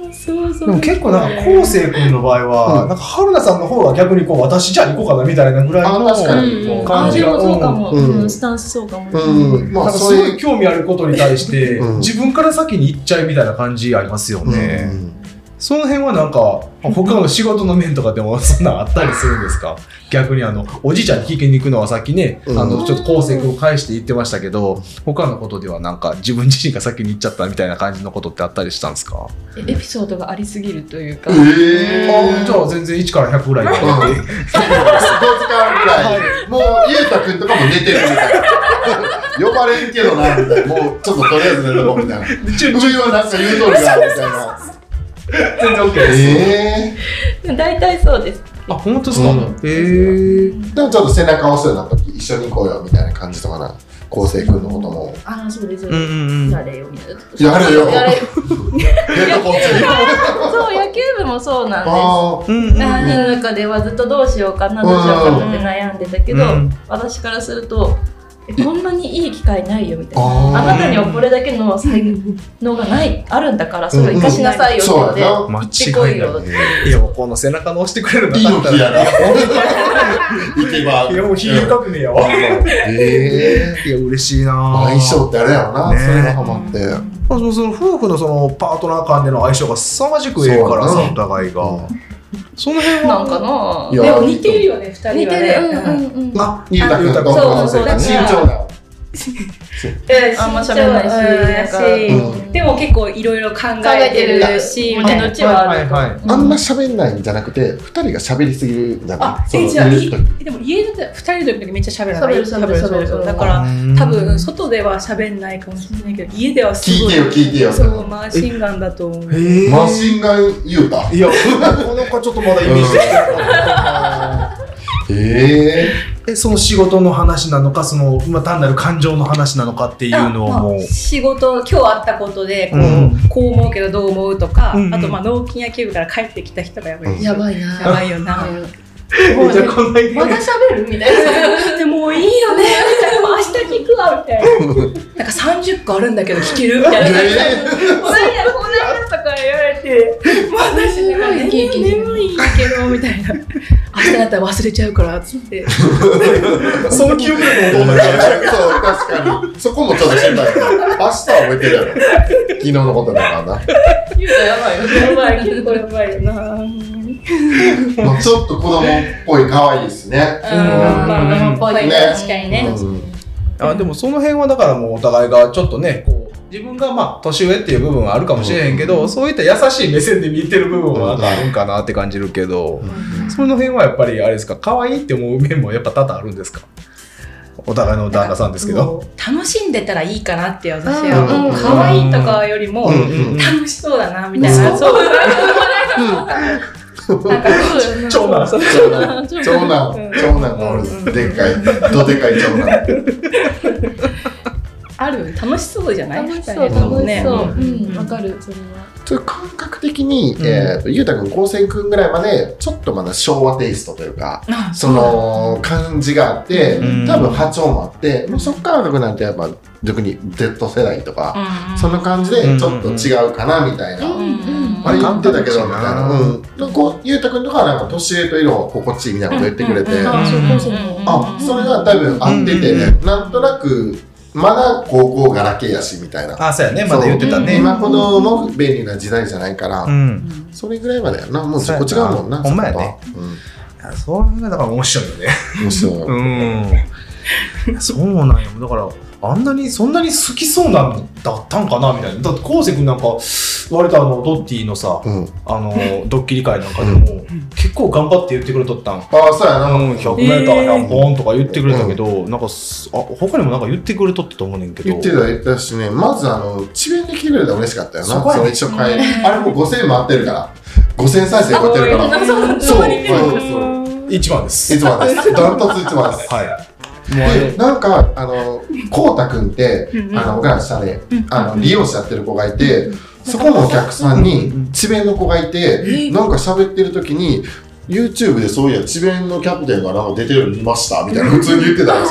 [SPEAKER 1] うん
[SPEAKER 3] そうそ
[SPEAKER 1] で
[SPEAKER 3] う。
[SPEAKER 1] も結構なんか昴生君の場合は、
[SPEAKER 2] うん
[SPEAKER 1] なんか春菜さんの方が逆にこう私じゃあ行こうかなみたいなぐらい
[SPEAKER 2] あ
[SPEAKER 1] の
[SPEAKER 2] 確かに
[SPEAKER 3] うんうん
[SPEAKER 1] 感じが
[SPEAKER 3] あでもそうかも
[SPEAKER 2] うん
[SPEAKER 4] うん、スタンスそうかも。
[SPEAKER 2] うんま
[SPEAKER 1] な
[SPEAKER 2] あ
[SPEAKER 1] んか
[SPEAKER 2] そ
[SPEAKER 1] す
[SPEAKER 2] う
[SPEAKER 1] ごい
[SPEAKER 2] いう
[SPEAKER 1] 興味あることに対して、
[SPEAKER 2] うん
[SPEAKER 1] 自分から先に行っちゃうみたいな感じありますよね、その辺はなんか他の仕事の面とかでもそんなんあったりするんですか逆にあのおじいちゃんに聞きに行くのはさっきね、
[SPEAKER 2] うん
[SPEAKER 1] あのちょっと昴生君を返して言ってましたけど他のことではなんか自分自身が先に行っちゃったみたいな感じのことってあったりしたんですか、
[SPEAKER 3] エピソードがありすぎるというか。
[SPEAKER 2] え
[SPEAKER 1] あ
[SPEAKER 2] え
[SPEAKER 1] じゃあ全然1から100ぐらいで、
[SPEAKER 2] うん5時間ぐらいもう優太くんとかも寝てるみたいな呼ばれんけどなみたいなもうちょっととりあえず寝るもみた いな
[SPEAKER 1] ちょ
[SPEAKER 2] 上はなんか言うとおりだみたいな
[SPEAKER 1] 全然 OK です、
[SPEAKER 2] え
[SPEAKER 3] 大体そうです。
[SPEAKER 1] あ本当ですか、
[SPEAKER 2] うん
[SPEAKER 1] え
[SPEAKER 2] えでもちょっと背中押すようになった時一緒に行こうよみたいな感じとかな昴生君のことも
[SPEAKER 4] ああ、そうです。
[SPEAKER 1] うんうんうん
[SPEAKER 4] やれよみたいな。
[SPEAKER 2] やれよ
[SPEAKER 4] やれ。
[SPEAKER 2] ヘッドコーチ
[SPEAKER 4] そう、野球部もそうなんです。
[SPEAKER 2] あ
[SPEAKER 1] うんうん
[SPEAKER 4] 何人の中ではずっとどうしようかなどうしようかなって悩んでたけど、
[SPEAKER 1] うん
[SPEAKER 4] 私からするとえこんなにいい機会ないよみたい
[SPEAKER 2] あー
[SPEAKER 4] なあなたにはこれだけの才能がないあるんだからそれを生かしなさいよ
[SPEAKER 2] あ
[SPEAKER 4] って言
[SPEAKER 2] そ
[SPEAKER 4] っ
[SPEAKER 2] う
[SPEAKER 4] て、
[SPEAKER 2] やな
[SPEAKER 1] 間
[SPEAKER 4] ってこ
[SPEAKER 1] 違
[SPEAKER 4] い
[SPEAKER 1] いな
[SPEAKER 4] よ
[SPEAKER 1] いいやもうこの背中の押してくれるの
[SPEAKER 2] 猪木やな行けば
[SPEAKER 1] いやもうひげかくねえやわ
[SPEAKER 2] ええ
[SPEAKER 1] いや嬉しいな
[SPEAKER 2] 相性ってあれやろな
[SPEAKER 1] ね
[SPEAKER 2] それがハマって
[SPEAKER 1] そのその夫婦のそのパートナー間での相性が凄まじくええから
[SPEAKER 2] そう
[SPEAKER 1] さ
[SPEAKER 2] やな
[SPEAKER 1] お互いが、
[SPEAKER 2] うん
[SPEAKER 1] その辺
[SPEAKER 4] なん
[SPEAKER 1] は
[SPEAKER 4] かない
[SPEAKER 3] で
[SPEAKER 2] や
[SPEAKER 3] も似てるよね、二人はね。
[SPEAKER 4] 似てる、うんうんうん、
[SPEAKER 1] あ
[SPEAKER 2] 裕太君と昴生君
[SPEAKER 3] そうそう
[SPEAKER 2] 慎重だ
[SPEAKER 3] うん。
[SPEAKER 4] あんま喋んないしなんか
[SPEAKER 3] うん
[SPEAKER 4] うん
[SPEAKER 3] でも結構いろいろ考えてるし、
[SPEAKER 4] 考
[SPEAKER 3] み
[SPEAKER 4] え
[SPEAKER 3] たい
[SPEAKER 4] てるど
[SPEAKER 3] な
[SPEAKER 4] っちは
[SPEAKER 1] はいはい
[SPEAKER 4] なんか
[SPEAKER 2] あんま喋んないんじゃなくて二人が喋りすぎるんじゃな
[SPEAKER 3] あ
[SPEAKER 2] い、その
[SPEAKER 3] え、じゃあ、
[SPEAKER 2] いる
[SPEAKER 3] い
[SPEAKER 2] 時
[SPEAKER 3] でも家で二人の時めっちゃ喋らない。
[SPEAKER 4] 喋る喋る喋る
[SPEAKER 3] そうそう
[SPEAKER 4] うん
[SPEAKER 3] だから、
[SPEAKER 1] 多
[SPEAKER 3] 多分外では喋んないかもしれないけど家ではす
[SPEAKER 2] 聞い
[SPEAKER 3] ごい
[SPEAKER 2] てよ聞いてよ
[SPEAKER 3] そうマーシンガンだと思う
[SPEAKER 1] へえ
[SPEAKER 2] マシンガン裕太
[SPEAKER 1] いやこの子ちょっとまだイメージできてなかっ
[SPEAKER 2] え
[SPEAKER 1] たえその仕事の話なのかその、まあ、単なる感情の話なのかっていうのをもう
[SPEAKER 3] あまあ仕事今日あったことでこう,、
[SPEAKER 1] うん
[SPEAKER 3] こう思うけどどう思うとか、
[SPEAKER 1] うんうん
[SPEAKER 3] あとまあ納金野球部から帰ってきた人がやばい、
[SPEAKER 2] うん
[SPEAKER 3] や
[SPEAKER 4] やばいな
[SPEAKER 3] ばいよな
[SPEAKER 1] えじゃあこんな
[SPEAKER 4] まだ喋るみたいな
[SPEAKER 3] でもういいよねみたいなもう明日聞くわ みたいななんか30個あるんだけど聞けるみたいな感じで
[SPEAKER 2] え
[SPEAKER 3] こないだこないだとか言われてもう私
[SPEAKER 4] すごい
[SPEAKER 3] 眠
[SPEAKER 4] 生き生
[SPEAKER 3] い
[SPEAKER 4] きしてる
[SPEAKER 3] 眠いけどみたいな明日だったら忘れちゃうからっつって
[SPEAKER 1] その記憶力もどうなる
[SPEAKER 2] そう、確かに。そこもちょっと心配だ明日は覚えてるやろ。昨日のことだからな。
[SPEAKER 4] やばいよ
[SPEAKER 3] やばい結構やばいよな
[SPEAKER 2] まあ、ちょっと子供っぽい可愛いですね。
[SPEAKER 3] うんまあ
[SPEAKER 4] ね
[SPEAKER 3] 確かにね。
[SPEAKER 2] うん
[SPEAKER 1] あでもその辺はだからもうお互いがちょっとねこう自分がまあ年上っていう部分はあるかもしれへんけど、そういった優しい目線で見てる部分はあるんかなって感じるけど、その辺はやっぱりあれですか可愛いって思う面もやっぱ多々あるんですかお互いの旦那さんですけど。
[SPEAKER 3] 楽しんでたらいいかなって私
[SPEAKER 2] うん
[SPEAKER 3] は可愛いとかよりも
[SPEAKER 2] うん
[SPEAKER 3] 楽しそうだなみたいなそうなんか
[SPEAKER 1] 長男
[SPEAKER 2] 長男、長男、長男がおる。でっかい、どでかい長男。
[SPEAKER 3] ある楽しそうじゃない
[SPEAKER 4] 楽しそう
[SPEAKER 3] 二人とも
[SPEAKER 4] 楽し
[SPEAKER 3] ね
[SPEAKER 4] そう、
[SPEAKER 3] ん
[SPEAKER 4] うんわかるそれは
[SPEAKER 2] ちょっと感覚的に、
[SPEAKER 1] うん
[SPEAKER 2] えーとゆうたくん高専くんぐらいまでちょっとまだ昭和テイストというか
[SPEAKER 3] あ
[SPEAKER 2] その感じがあって
[SPEAKER 1] うん
[SPEAKER 2] 多分波長もあってもうそっから僕なんてやっぱ逆に Z 世代とか、
[SPEAKER 3] うん
[SPEAKER 2] その感じでちょっと違うかなみたいな。
[SPEAKER 3] うんうん
[SPEAKER 2] あれ言ってたけど
[SPEAKER 1] うん
[SPEAKER 2] みたいな、うん、なんかこうゆうたくんとかはなんか年上と色が心地いいみたいなこと言ってくれて、
[SPEAKER 3] うんうんうん
[SPEAKER 4] あそうそうそう
[SPEAKER 2] あそれが多分合ってて、
[SPEAKER 1] うんうん
[SPEAKER 2] なんとなくまだ高校ガラケーやしみたいな
[SPEAKER 1] あそうやねまだ言ってた
[SPEAKER 2] そう
[SPEAKER 1] ね
[SPEAKER 2] 今ほどの便利な時代じゃないから、
[SPEAKER 1] うん
[SPEAKER 2] それぐらいまでやなもうそこ違うもん
[SPEAKER 1] そうやな
[SPEAKER 2] な
[SPEAKER 1] ほんまやね
[SPEAKER 2] そこは
[SPEAKER 1] あそれがだから面白いよね
[SPEAKER 2] うん面白い、
[SPEAKER 1] うん。そうなんよ。だから、あんなに、そんなに好きそうなんだったんかなみたいな。だって、昴生君なんか、割とあの、ドッティのさ、
[SPEAKER 2] うん
[SPEAKER 1] あの、ドッキリ会なんかでも、結構頑張って言ってくれとったん。
[SPEAKER 2] ああそうや
[SPEAKER 1] う
[SPEAKER 2] な、
[SPEAKER 1] ん、100メーター100本とか言ってくれたけど、なんかすあ、他にもなんか言ってくれとったと思うねんけど。
[SPEAKER 2] 言ってた言ってたしねまずあの智弁で来てくれたら嬉しかったよな
[SPEAKER 1] そこやね
[SPEAKER 2] の一緒買えあれもう5000回ってるから5000再生回ってるから
[SPEAKER 3] そう
[SPEAKER 2] そう
[SPEAKER 3] そう
[SPEAKER 2] そうそう
[SPEAKER 1] 一番です。
[SPEAKER 2] いつもですダントツいつもです
[SPEAKER 1] はい。もうあれ
[SPEAKER 2] でなんかあのこうたくんって
[SPEAKER 3] うんうん
[SPEAKER 2] あの僕らの下で
[SPEAKER 3] うん
[SPEAKER 2] あの利用者やってる子がいてそこのお客さんに智弁の子がいてなんか喋ってる時に YouTube でそういや智弁のキャプテンがなんか出てるの見ましたみたいな普通に言ってたん で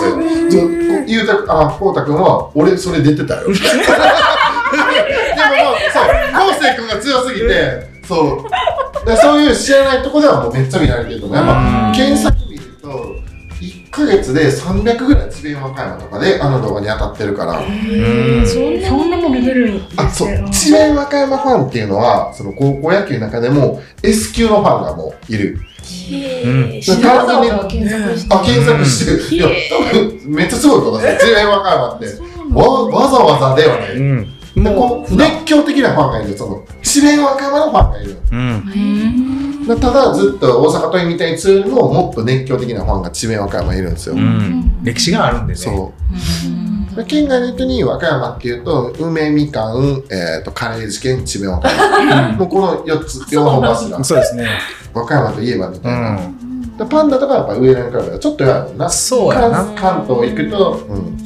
[SPEAKER 2] すよ。でこうゆうたあこうたくんは俺それ出て たよ。でももうそうこうせいくんが強すぎてそうでそういう知らないとこではもうめっちゃ見られてると思う。やっ
[SPEAKER 1] う
[SPEAKER 2] ぱ
[SPEAKER 1] ん
[SPEAKER 2] 検索見ると1ヶ月で300ぐらい智弁和歌山とかであの動画に当たってるから、
[SPEAKER 1] うん
[SPEAKER 3] そんなもん見れるんですね
[SPEAKER 2] あそう智弁和歌山ファンっていうのはその高校野球の中でも S 級のファンがもういる
[SPEAKER 1] うん
[SPEAKER 4] 知らなかったわ検索して
[SPEAKER 2] あ検索してる、いや多分めっちゃすごいことですよ智弁和歌山ってわわざわざではない
[SPEAKER 1] うん。
[SPEAKER 2] でこう熱狂的なファンがいるその智弁和歌山のファンがいる
[SPEAKER 1] うん。
[SPEAKER 2] だただずっと大阪桐蔭みたいにするよりももっと熱狂的なファンが智弁和歌山いるんですよ、
[SPEAKER 1] うん。歴史があるんでね。
[SPEAKER 2] そうで県外の人に和歌山っていうと梅みかん、えー、とカレー事件智弁和歌山もうこの4つ4本柱
[SPEAKER 1] そうですね。
[SPEAKER 2] 和歌山といえばみ
[SPEAKER 1] う
[SPEAKER 2] たいな、
[SPEAKER 1] ん。
[SPEAKER 2] でパンダとかやっぱ上野に比べたらちょっとやるな
[SPEAKER 1] そうやな
[SPEAKER 2] 関関東行くと、うん、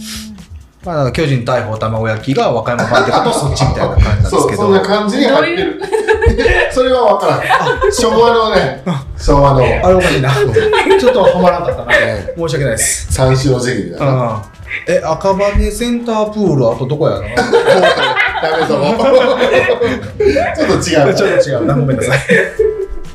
[SPEAKER 1] まあ、だから巨人大砲卵焼きが和歌山ファンってことそっちみたいな感じなんです
[SPEAKER 2] そ
[SPEAKER 1] け
[SPEAKER 2] う
[SPEAKER 1] ど
[SPEAKER 2] そんな感じに入ってる それは分からん昭和のね昭和の、
[SPEAKER 1] あれおかしい な。ちょっとはまらなかった な。
[SPEAKER 2] え
[SPEAKER 1] 申し訳ないです。
[SPEAKER 2] ー、三種の時期だ
[SPEAKER 1] う
[SPEAKER 2] な、
[SPEAKER 1] ん。え、赤羽センタープール、あとどこやなち
[SPEAKER 2] ダメそう ちょっと違う
[SPEAKER 1] ょっと違うな。ごめんなさい。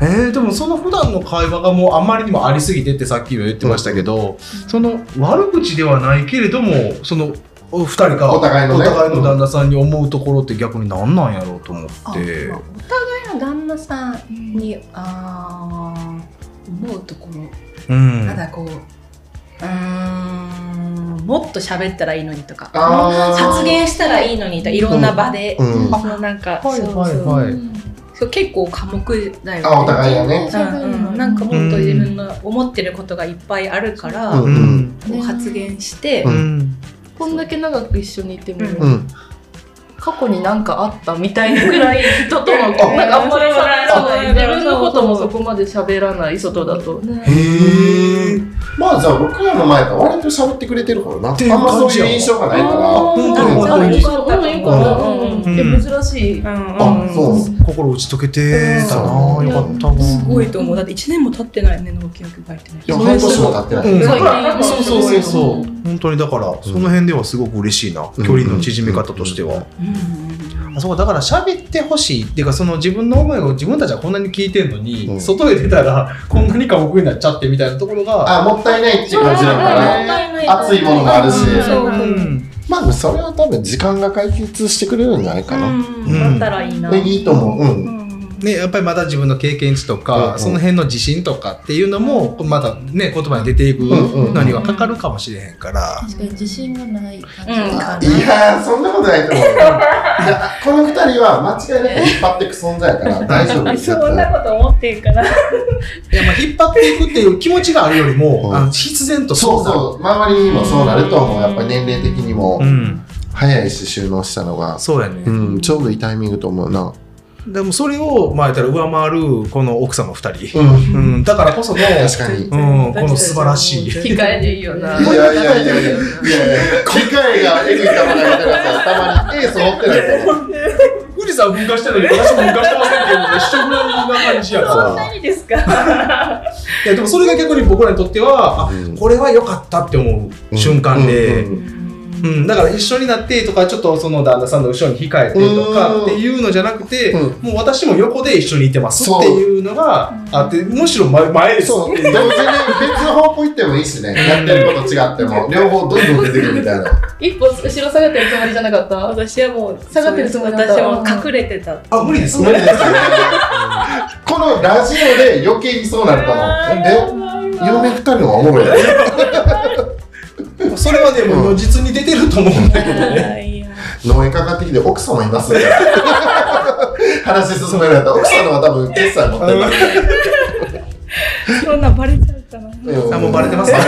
[SPEAKER 1] えー、でもその普段の会話がもうあまりにもありすぎてってさっきも言ってましたけど、その悪口ではないけれどもそのお二人が
[SPEAKER 2] お互いのね
[SPEAKER 1] お互いの旦那さんに思うところって逆に何なんやろうと思
[SPEAKER 3] あ
[SPEAKER 1] って
[SPEAKER 3] まあお互いの旦那さんにあー思うところ
[SPEAKER 1] うん
[SPEAKER 3] ただこううーんもっと喋ったらいいのにとか
[SPEAKER 2] あー
[SPEAKER 3] 発言したらいいのにとかいろんな場で、
[SPEAKER 2] うんうん
[SPEAKER 3] そのなんか、
[SPEAKER 1] はい
[SPEAKER 3] そう
[SPEAKER 1] はい
[SPEAKER 3] そう
[SPEAKER 1] はい
[SPEAKER 3] そう結構寡黙だよね
[SPEAKER 2] あお互いやね
[SPEAKER 3] うんうん、なんかもっと自分の思ってることがいっぱいあるから、
[SPEAKER 2] うん
[SPEAKER 1] うん
[SPEAKER 3] こう発言して、
[SPEAKER 2] うん
[SPEAKER 4] こんだけ長く一緒にいても、
[SPEAKER 3] うん
[SPEAKER 2] うん
[SPEAKER 4] 過去になんかあったみたいなぐ らい人とのなん
[SPEAKER 3] あ
[SPEAKER 4] かあんまり喋ら
[SPEAKER 3] そう
[SPEAKER 4] な
[SPEAKER 3] だ
[SPEAKER 4] い
[SPEAKER 3] ね
[SPEAKER 4] 自分のこともそこまで喋らない外だと
[SPEAKER 2] へえ。まあじゃあ僕らの前から割と喋ってくれてるからな。あ
[SPEAKER 1] ていう感
[SPEAKER 2] ん
[SPEAKER 1] じや
[SPEAKER 2] まそういう印象がないから。
[SPEAKER 1] 本
[SPEAKER 2] 当に
[SPEAKER 4] うん
[SPEAKER 2] 本当に
[SPEAKER 4] よかったよかった
[SPEAKER 3] うん
[SPEAKER 4] うん
[SPEAKER 1] うん
[SPEAKER 4] いや珍しい
[SPEAKER 3] うんうん
[SPEAKER 2] あ、そう。
[SPEAKER 1] 心打ち解けてたな
[SPEAKER 2] うん
[SPEAKER 1] よかったわ
[SPEAKER 3] すごいと思うだって1年も経ってないよね農協局入ってね
[SPEAKER 2] いや、半年も経ってな
[SPEAKER 1] うん
[SPEAKER 2] い。
[SPEAKER 1] そうそうそうそうう本当にだから、その辺ではすごく嬉しいな
[SPEAKER 2] うん
[SPEAKER 1] 距離の縮め方としては、あそうかだから喋ってほしいっていうかその自分の思いを自分たちはこんなに聞いてるのに、
[SPEAKER 2] うん
[SPEAKER 1] 外へ出たらこんなに過酷になっちゃってみたいなところが、
[SPEAKER 2] あ、もったいないっていう感じだから。熱いものもあるし
[SPEAKER 3] そ
[SPEAKER 1] う
[SPEAKER 3] ううん
[SPEAKER 1] ん、
[SPEAKER 2] まあそれは多分時間が解決してくれるんじゃないかな。
[SPEAKER 1] うん
[SPEAKER 3] だったらいいな、
[SPEAKER 2] でいいと思う。う。
[SPEAKER 3] うんん
[SPEAKER 1] ね、やっぱりまだ自分の経験値と
[SPEAKER 2] うん
[SPEAKER 1] か、
[SPEAKER 2] うん
[SPEAKER 1] その辺の自信とかっていうのもまだね言葉に出ていく
[SPEAKER 2] うんうん
[SPEAKER 1] のにはかかるかもしれへんから、
[SPEAKER 6] 確かに自信がない感じ
[SPEAKER 3] うん
[SPEAKER 6] かな。
[SPEAKER 2] いやー、そんなことないと思う。いやこの二人は間違いなく引っ張ってく存在やから大丈夫ですよ。
[SPEAKER 3] そんなこと思ってるから
[SPEAKER 1] いやまあ引っ張っていくっていう気持ちがあるよりも、
[SPEAKER 2] うん
[SPEAKER 1] あの必然と
[SPEAKER 2] そう
[SPEAKER 1] なる
[SPEAKER 2] そう、周りにもそうなると思う。やっぱり年齢的にも
[SPEAKER 1] うん、
[SPEAKER 2] 早いし収納したのが。
[SPEAKER 1] そうやね、
[SPEAKER 2] うん、ちょうどいいタイミングと思うな。
[SPEAKER 1] でもそれをまあ言ったら上回るこの奥様2人、
[SPEAKER 2] うん
[SPEAKER 1] うん、だからこその、
[SPEAKER 2] 確かに
[SPEAKER 1] うん、この素晴らし い
[SPEAKER 4] 機械でいいよない
[SPEAKER 2] やいやいやいやいや機械がエグいかもないからさたまにエース持ってないから
[SPEAKER 1] 富士山噴火してるのに私も噴火してませんけどね一緒ぐらいな感じやから
[SPEAKER 2] そう
[SPEAKER 3] 何ですか
[SPEAKER 1] いやでもそれが逆に僕らにとっては、あ
[SPEAKER 2] うん
[SPEAKER 1] これは良かったって思う瞬間で、
[SPEAKER 2] うん
[SPEAKER 1] う
[SPEAKER 2] うんん
[SPEAKER 1] だから一緒になってとかちょっとその旦那さんの後ろに控えてと
[SPEAKER 2] うん
[SPEAKER 1] かっていうのじゃなくて、
[SPEAKER 2] うん
[SPEAKER 1] もう私も横で一緒にいてます
[SPEAKER 2] そう
[SPEAKER 1] っていうのがあってむしろ前前です
[SPEAKER 2] そう同時に別の方向行ってもいいしねやってること違っても両方どんどん出てくるみたいな
[SPEAKER 4] 一歩後ろ下がってるつもりじゃなかった
[SPEAKER 3] 私はもう
[SPEAKER 4] 下がってるつもりだった
[SPEAKER 3] 私はもう隠れてた
[SPEAKER 1] あ無理です
[SPEAKER 2] 無理ですよねこのラジオで余計にそうなると思うで嫁二人の方がおもろいよね
[SPEAKER 1] それはねもう如実に出てると思うんだけどね
[SPEAKER 3] いや
[SPEAKER 2] 農園かかってきて奥様いますみたいな話進められたら奥さんの方が多分決済持ってるから
[SPEAKER 3] そんなんバレちゃうかな
[SPEAKER 2] うん
[SPEAKER 1] あもうバレてますね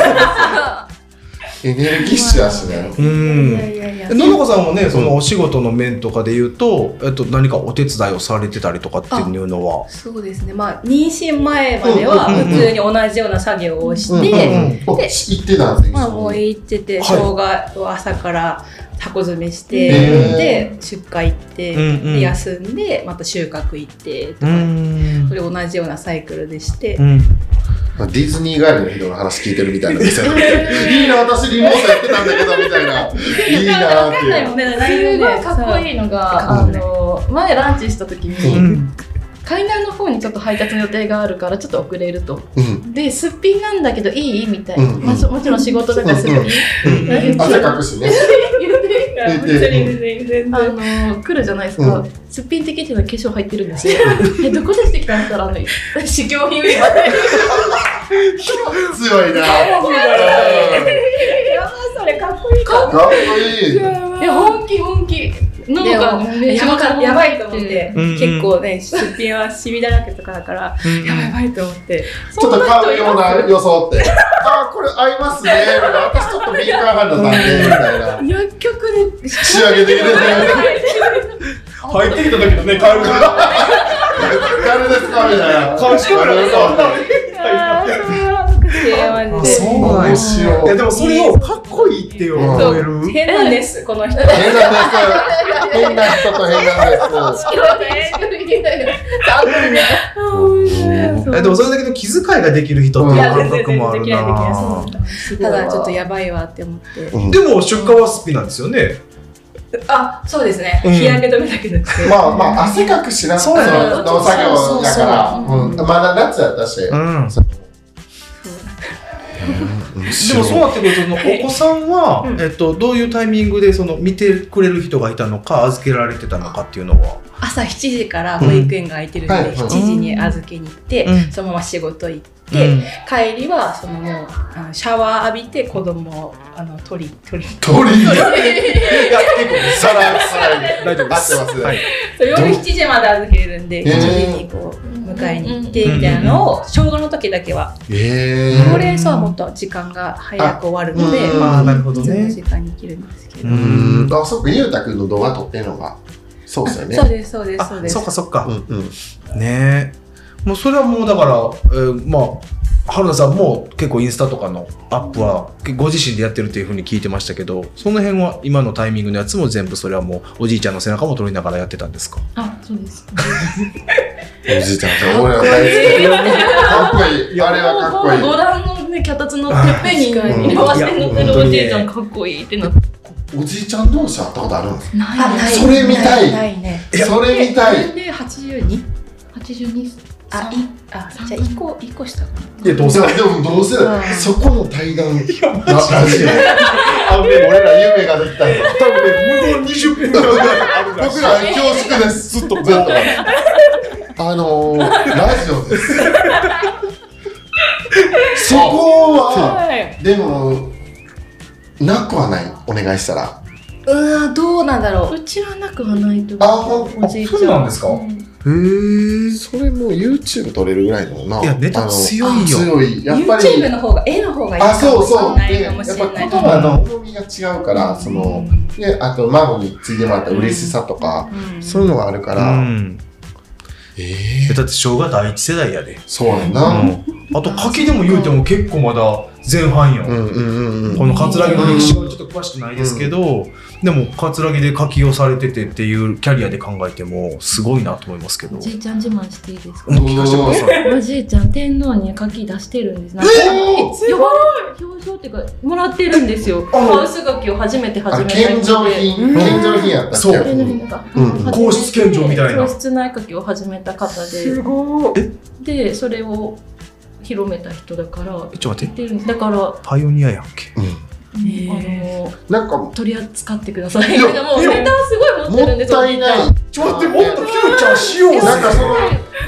[SPEAKER 2] エネルギッシュだしね
[SPEAKER 1] うん
[SPEAKER 3] いやいや
[SPEAKER 1] ののこさんもねそのお仕事の面とかで言うと、えっと、何かお手伝いをされてたりとかっていうのは
[SPEAKER 3] そうですねまあ妊娠前までは
[SPEAKER 1] うんうんうん
[SPEAKER 3] 普通に同じよううな作業をして、
[SPEAKER 1] うんうん
[SPEAKER 2] お行ってたんですね
[SPEAKER 3] まあ、もう行ってて、
[SPEAKER 1] はい
[SPEAKER 3] 生姜を朝から箱詰めして、
[SPEAKER 2] へ
[SPEAKER 3] で出荷行って、
[SPEAKER 1] うんうん
[SPEAKER 3] で休んでまた収穫行ってとか、
[SPEAKER 1] ん
[SPEAKER 3] それ同じようなサイクルでして、
[SPEAKER 1] うん
[SPEAKER 2] まあディズニー帰りの人の話聞いてるみたいな店だって いいな私リモートやってたんだけどみたいないいなーって
[SPEAKER 3] 分かんないも
[SPEAKER 2] い
[SPEAKER 3] んね内
[SPEAKER 4] す
[SPEAKER 3] 容
[SPEAKER 4] ごい
[SPEAKER 3] で
[SPEAKER 4] かっこいいのが、あの前ランチした時に、
[SPEAKER 1] うん
[SPEAKER 4] 海南の方にちょっと配達の予定があるからちょっと遅れると
[SPEAKER 2] う、うん、
[SPEAKER 4] ですっぴんなんだけどいいみたいな、
[SPEAKER 2] うんうん
[SPEAKER 4] まあそもちろん仕事だからすっぴん、
[SPEAKER 2] うんうん汗かくしね
[SPEAKER 3] 言ってる全然
[SPEAKER 4] あの来るじゃないですか、
[SPEAKER 2] う
[SPEAKER 4] すっぴんって聞いてるの化粧入ってるんですよえどこでしてきたんですかあの試 供品売り場で
[SPEAKER 2] 強いなかっ
[SPEAKER 3] やばいそれかっこいいか
[SPEAKER 2] こいい
[SPEAKER 4] いや本気本気脳がね
[SPEAKER 3] やばかやばいと思って、
[SPEAKER 1] うんうん
[SPEAKER 3] 結構ね出品はシミだらけとかだから、やばいやばいと思って
[SPEAKER 2] ちょっと買うような装ってあーこれ合いますねみたいな私ちょっと敏感肌なんでみたいな
[SPEAKER 4] 薬局で
[SPEAKER 2] 仕上げてくれて
[SPEAKER 1] 入ってきた時のね、カエルが。
[SPEAKER 2] 誰ですかみたいな
[SPEAKER 1] 顔してくれる
[SPEAKER 2] そう
[SPEAKER 3] あーマジで
[SPEAKER 1] そうなん
[SPEAKER 2] 面
[SPEAKER 1] や
[SPEAKER 2] 白い
[SPEAKER 1] いや、でもそれをかっこいいって思える。
[SPEAKER 3] 変なんですこの人
[SPEAKER 2] 変なんです変な人と変なんです
[SPEAKER 1] え、でもそれだけの気遣いができる人っていう感覚もある
[SPEAKER 3] いや全然全然できないできない
[SPEAKER 1] な。
[SPEAKER 3] ただちょっとやばいわって思って
[SPEAKER 2] うん
[SPEAKER 1] でも出荷はスピなんですよね。
[SPEAKER 3] あそうですね、
[SPEAKER 1] うん
[SPEAKER 3] 日焼け止めだけなくて
[SPEAKER 2] まあまあ汗かくしな
[SPEAKER 1] そう
[SPEAKER 2] の
[SPEAKER 1] やな
[SPEAKER 2] 農作業だからうんまだ夏やったし
[SPEAKER 1] んで
[SPEAKER 2] も
[SPEAKER 1] もそうなってくるとその、お子さんは、えっと、どういうタイミングで、その、見てくれる人がいたのか、預けられてたのかっていうのは。
[SPEAKER 3] 朝7時から保育園が空いてるんで、
[SPEAKER 2] うんはいはい
[SPEAKER 3] 7時に預けに行って、
[SPEAKER 1] うん
[SPEAKER 3] そのまま仕事行って、
[SPEAKER 1] うん
[SPEAKER 3] 帰りはそのもうあのシャワー浴びて子供をあの取り取り
[SPEAKER 2] 鳥居
[SPEAKER 1] いや、結構、
[SPEAKER 2] さらさら
[SPEAKER 1] 大丈夫です。
[SPEAKER 2] 合ってます
[SPEAKER 1] はい。
[SPEAKER 3] そう夜7時まで預けるんで
[SPEAKER 2] どう
[SPEAKER 3] 7時にこう迎えに行って
[SPEAKER 1] うん
[SPEAKER 3] みたいなのを生姜の時だけは
[SPEAKER 2] え
[SPEAKER 3] 高
[SPEAKER 2] え
[SPEAKER 3] 齢者はもっと時間が早く終わるので
[SPEAKER 2] あうん
[SPEAKER 3] まあ
[SPEAKER 1] ああ、なるほど
[SPEAKER 3] 普通の
[SPEAKER 1] ね。
[SPEAKER 3] 時間に行けるんですけど、
[SPEAKER 1] うん
[SPEAKER 2] あそっかゆうたくんの動画撮ってるのがそうですよね
[SPEAKER 3] そうですそうです
[SPEAKER 1] あ
[SPEAKER 3] そう、です
[SPEAKER 1] そっかそっか
[SPEAKER 2] う。んうん
[SPEAKER 1] ねえもうそれはもうだから、えーまあ春菜さんも結構インスタとかのアップはご自身でやってるというふうに聞いてましたけどその辺は今のタイミングのやつも全部それはもうおじいちゃんの背中も撮りながらやってたんですか
[SPEAKER 4] あそうです
[SPEAKER 2] おじいちゃんと俺ら大好きかっこいいあれはかっこいい
[SPEAKER 4] 五段のね脚立のてっぺんに色わせて乗ってるおじいちゃんかっこいいってなって
[SPEAKER 2] おじいちゃん同士会ったことあるんです
[SPEAKER 4] ない
[SPEAKER 3] あない
[SPEAKER 2] それ見たい
[SPEAKER 3] ないね
[SPEAKER 2] かそれみたい
[SPEAKER 3] 年齢82
[SPEAKER 4] 82
[SPEAKER 3] あいあじゃあ一個一個したかない
[SPEAKER 1] やど
[SPEAKER 2] でもどうせ
[SPEAKER 3] うん
[SPEAKER 2] そこの対談ラジオあ俺ら夢ができたんだ
[SPEAKER 1] 多分ね無言20分ぐらいあるらしい
[SPEAKER 2] 僕ら恐縮です。ずっとずっと。あのー、ラジオ です。そこは、
[SPEAKER 3] はい
[SPEAKER 2] でも、なくはない、お願いしたら。
[SPEAKER 3] うーんどうなんだろう
[SPEAKER 4] うちはなくはないと
[SPEAKER 2] あほん
[SPEAKER 4] 思うおじいちゃん
[SPEAKER 1] そうなんですか
[SPEAKER 4] うん
[SPEAKER 1] へ
[SPEAKER 2] それもう YouTube 撮れるぐらいだもんな。
[SPEAKER 1] いやネタ
[SPEAKER 2] あの
[SPEAKER 1] 強いよ
[SPEAKER 2] 強い。やっぱり。
[SPEAKER 3] YouTube の方が絵の方がいいか
[SPEAKER 2] あ、
[SPEAKER 3] もし
[SPEAKER 2] そうそう。
[SPEAKER 3] れな
[SPEAKER 2] で
[SPEAKER 3] い
[SPEAKER 2] や
[SPEAKER 3] か
[SPEAKER 2] っ
[SPEAKER 3] も
[SPEAKER 2] ぱ
[SPEAKER 3] し
[SPEAKER 2] 言
[SPEAKER 3] れない
[SPEAKER 2] 葉の重みが違うから、その、で、あと孫に継いでもらった嬉しさとか、そういうのがあるか
[SPEAKER 1] う
[SPEAKER 2] ら、
[SPEAKER 1] ん
[SPEAKER 2] ええ
[SPEAKER 1] えだって生姜第一世代やで、
[SPEAKER 2] そうやん
[SPEAKER 1] う
[SPEAKER 2] な。
[SPEAKER 1] ん、あと柿でも言うても結構まだ前半よ、
[SPEAKER 2] うんうんうんう
[SPEAKER 1] こ
[SPEAKER 2] ん。
[SPEAKER 1] の葛城の歴史はちょっと詳しくないですけど、でも葛城で柿をされててっていうキャリアで考えてもすごいなと思いますけど
[SPEAKER 4] おじいちゃん自慢していいですか
[SPEAKER 1] もう聞かせてください
[SPEAKER 4] おじいちゃん天皇に柿出してるんですなんか
[SPEAKER 2] え
[SPEAKER 4] 呼ばれる表彰っていうかもらってるんですよ
[SPEAKER 2] あ
[SPEAKER 4] ハウス柿を初め
[SPEAKER 2] あ
[SPEAKER 4] て始
[SPEAKER 2] れ
[SPEAKER 4] めた
[SPEAKER 2] 献上
[SPEAKER 4] で
[SPEAKER 2] 品、献上品やったっけ
[SPEAKER 1] そう
[SPEAKER 4] 献上品か
[SPEAKER 2] うんうん
[SPEAKER 1] 皇室献上みたいな
[SPEAKER 4] 皇室内柿を始めた方で
[SPEAKER 1] ごいえ
[SPEAKER 4] でそれを広めた人だから
[SPEAKER 1] えちょっと待って
[SPEAKER 4] 出るんですだから
[SPEAKER 1] パイオニアやんけ
[SPEAKER 2] うん
[SPEAKER 4] あの
[SPEAKER 2] なんか、も
[SPEAKER 4] 取り扱ってください。
[SPEAKER 2] いや
[SPEAKER 4] でもうネタはすごい持ってるん
[SPEAKER 2] っ
[SPEAKER 4] ですよ。
[SPEAKER 2] たいない。
[SPEAKER 1] ちょっと待ってもっとひろちゃんしようぜ
[SPEAKER 2] なんかその、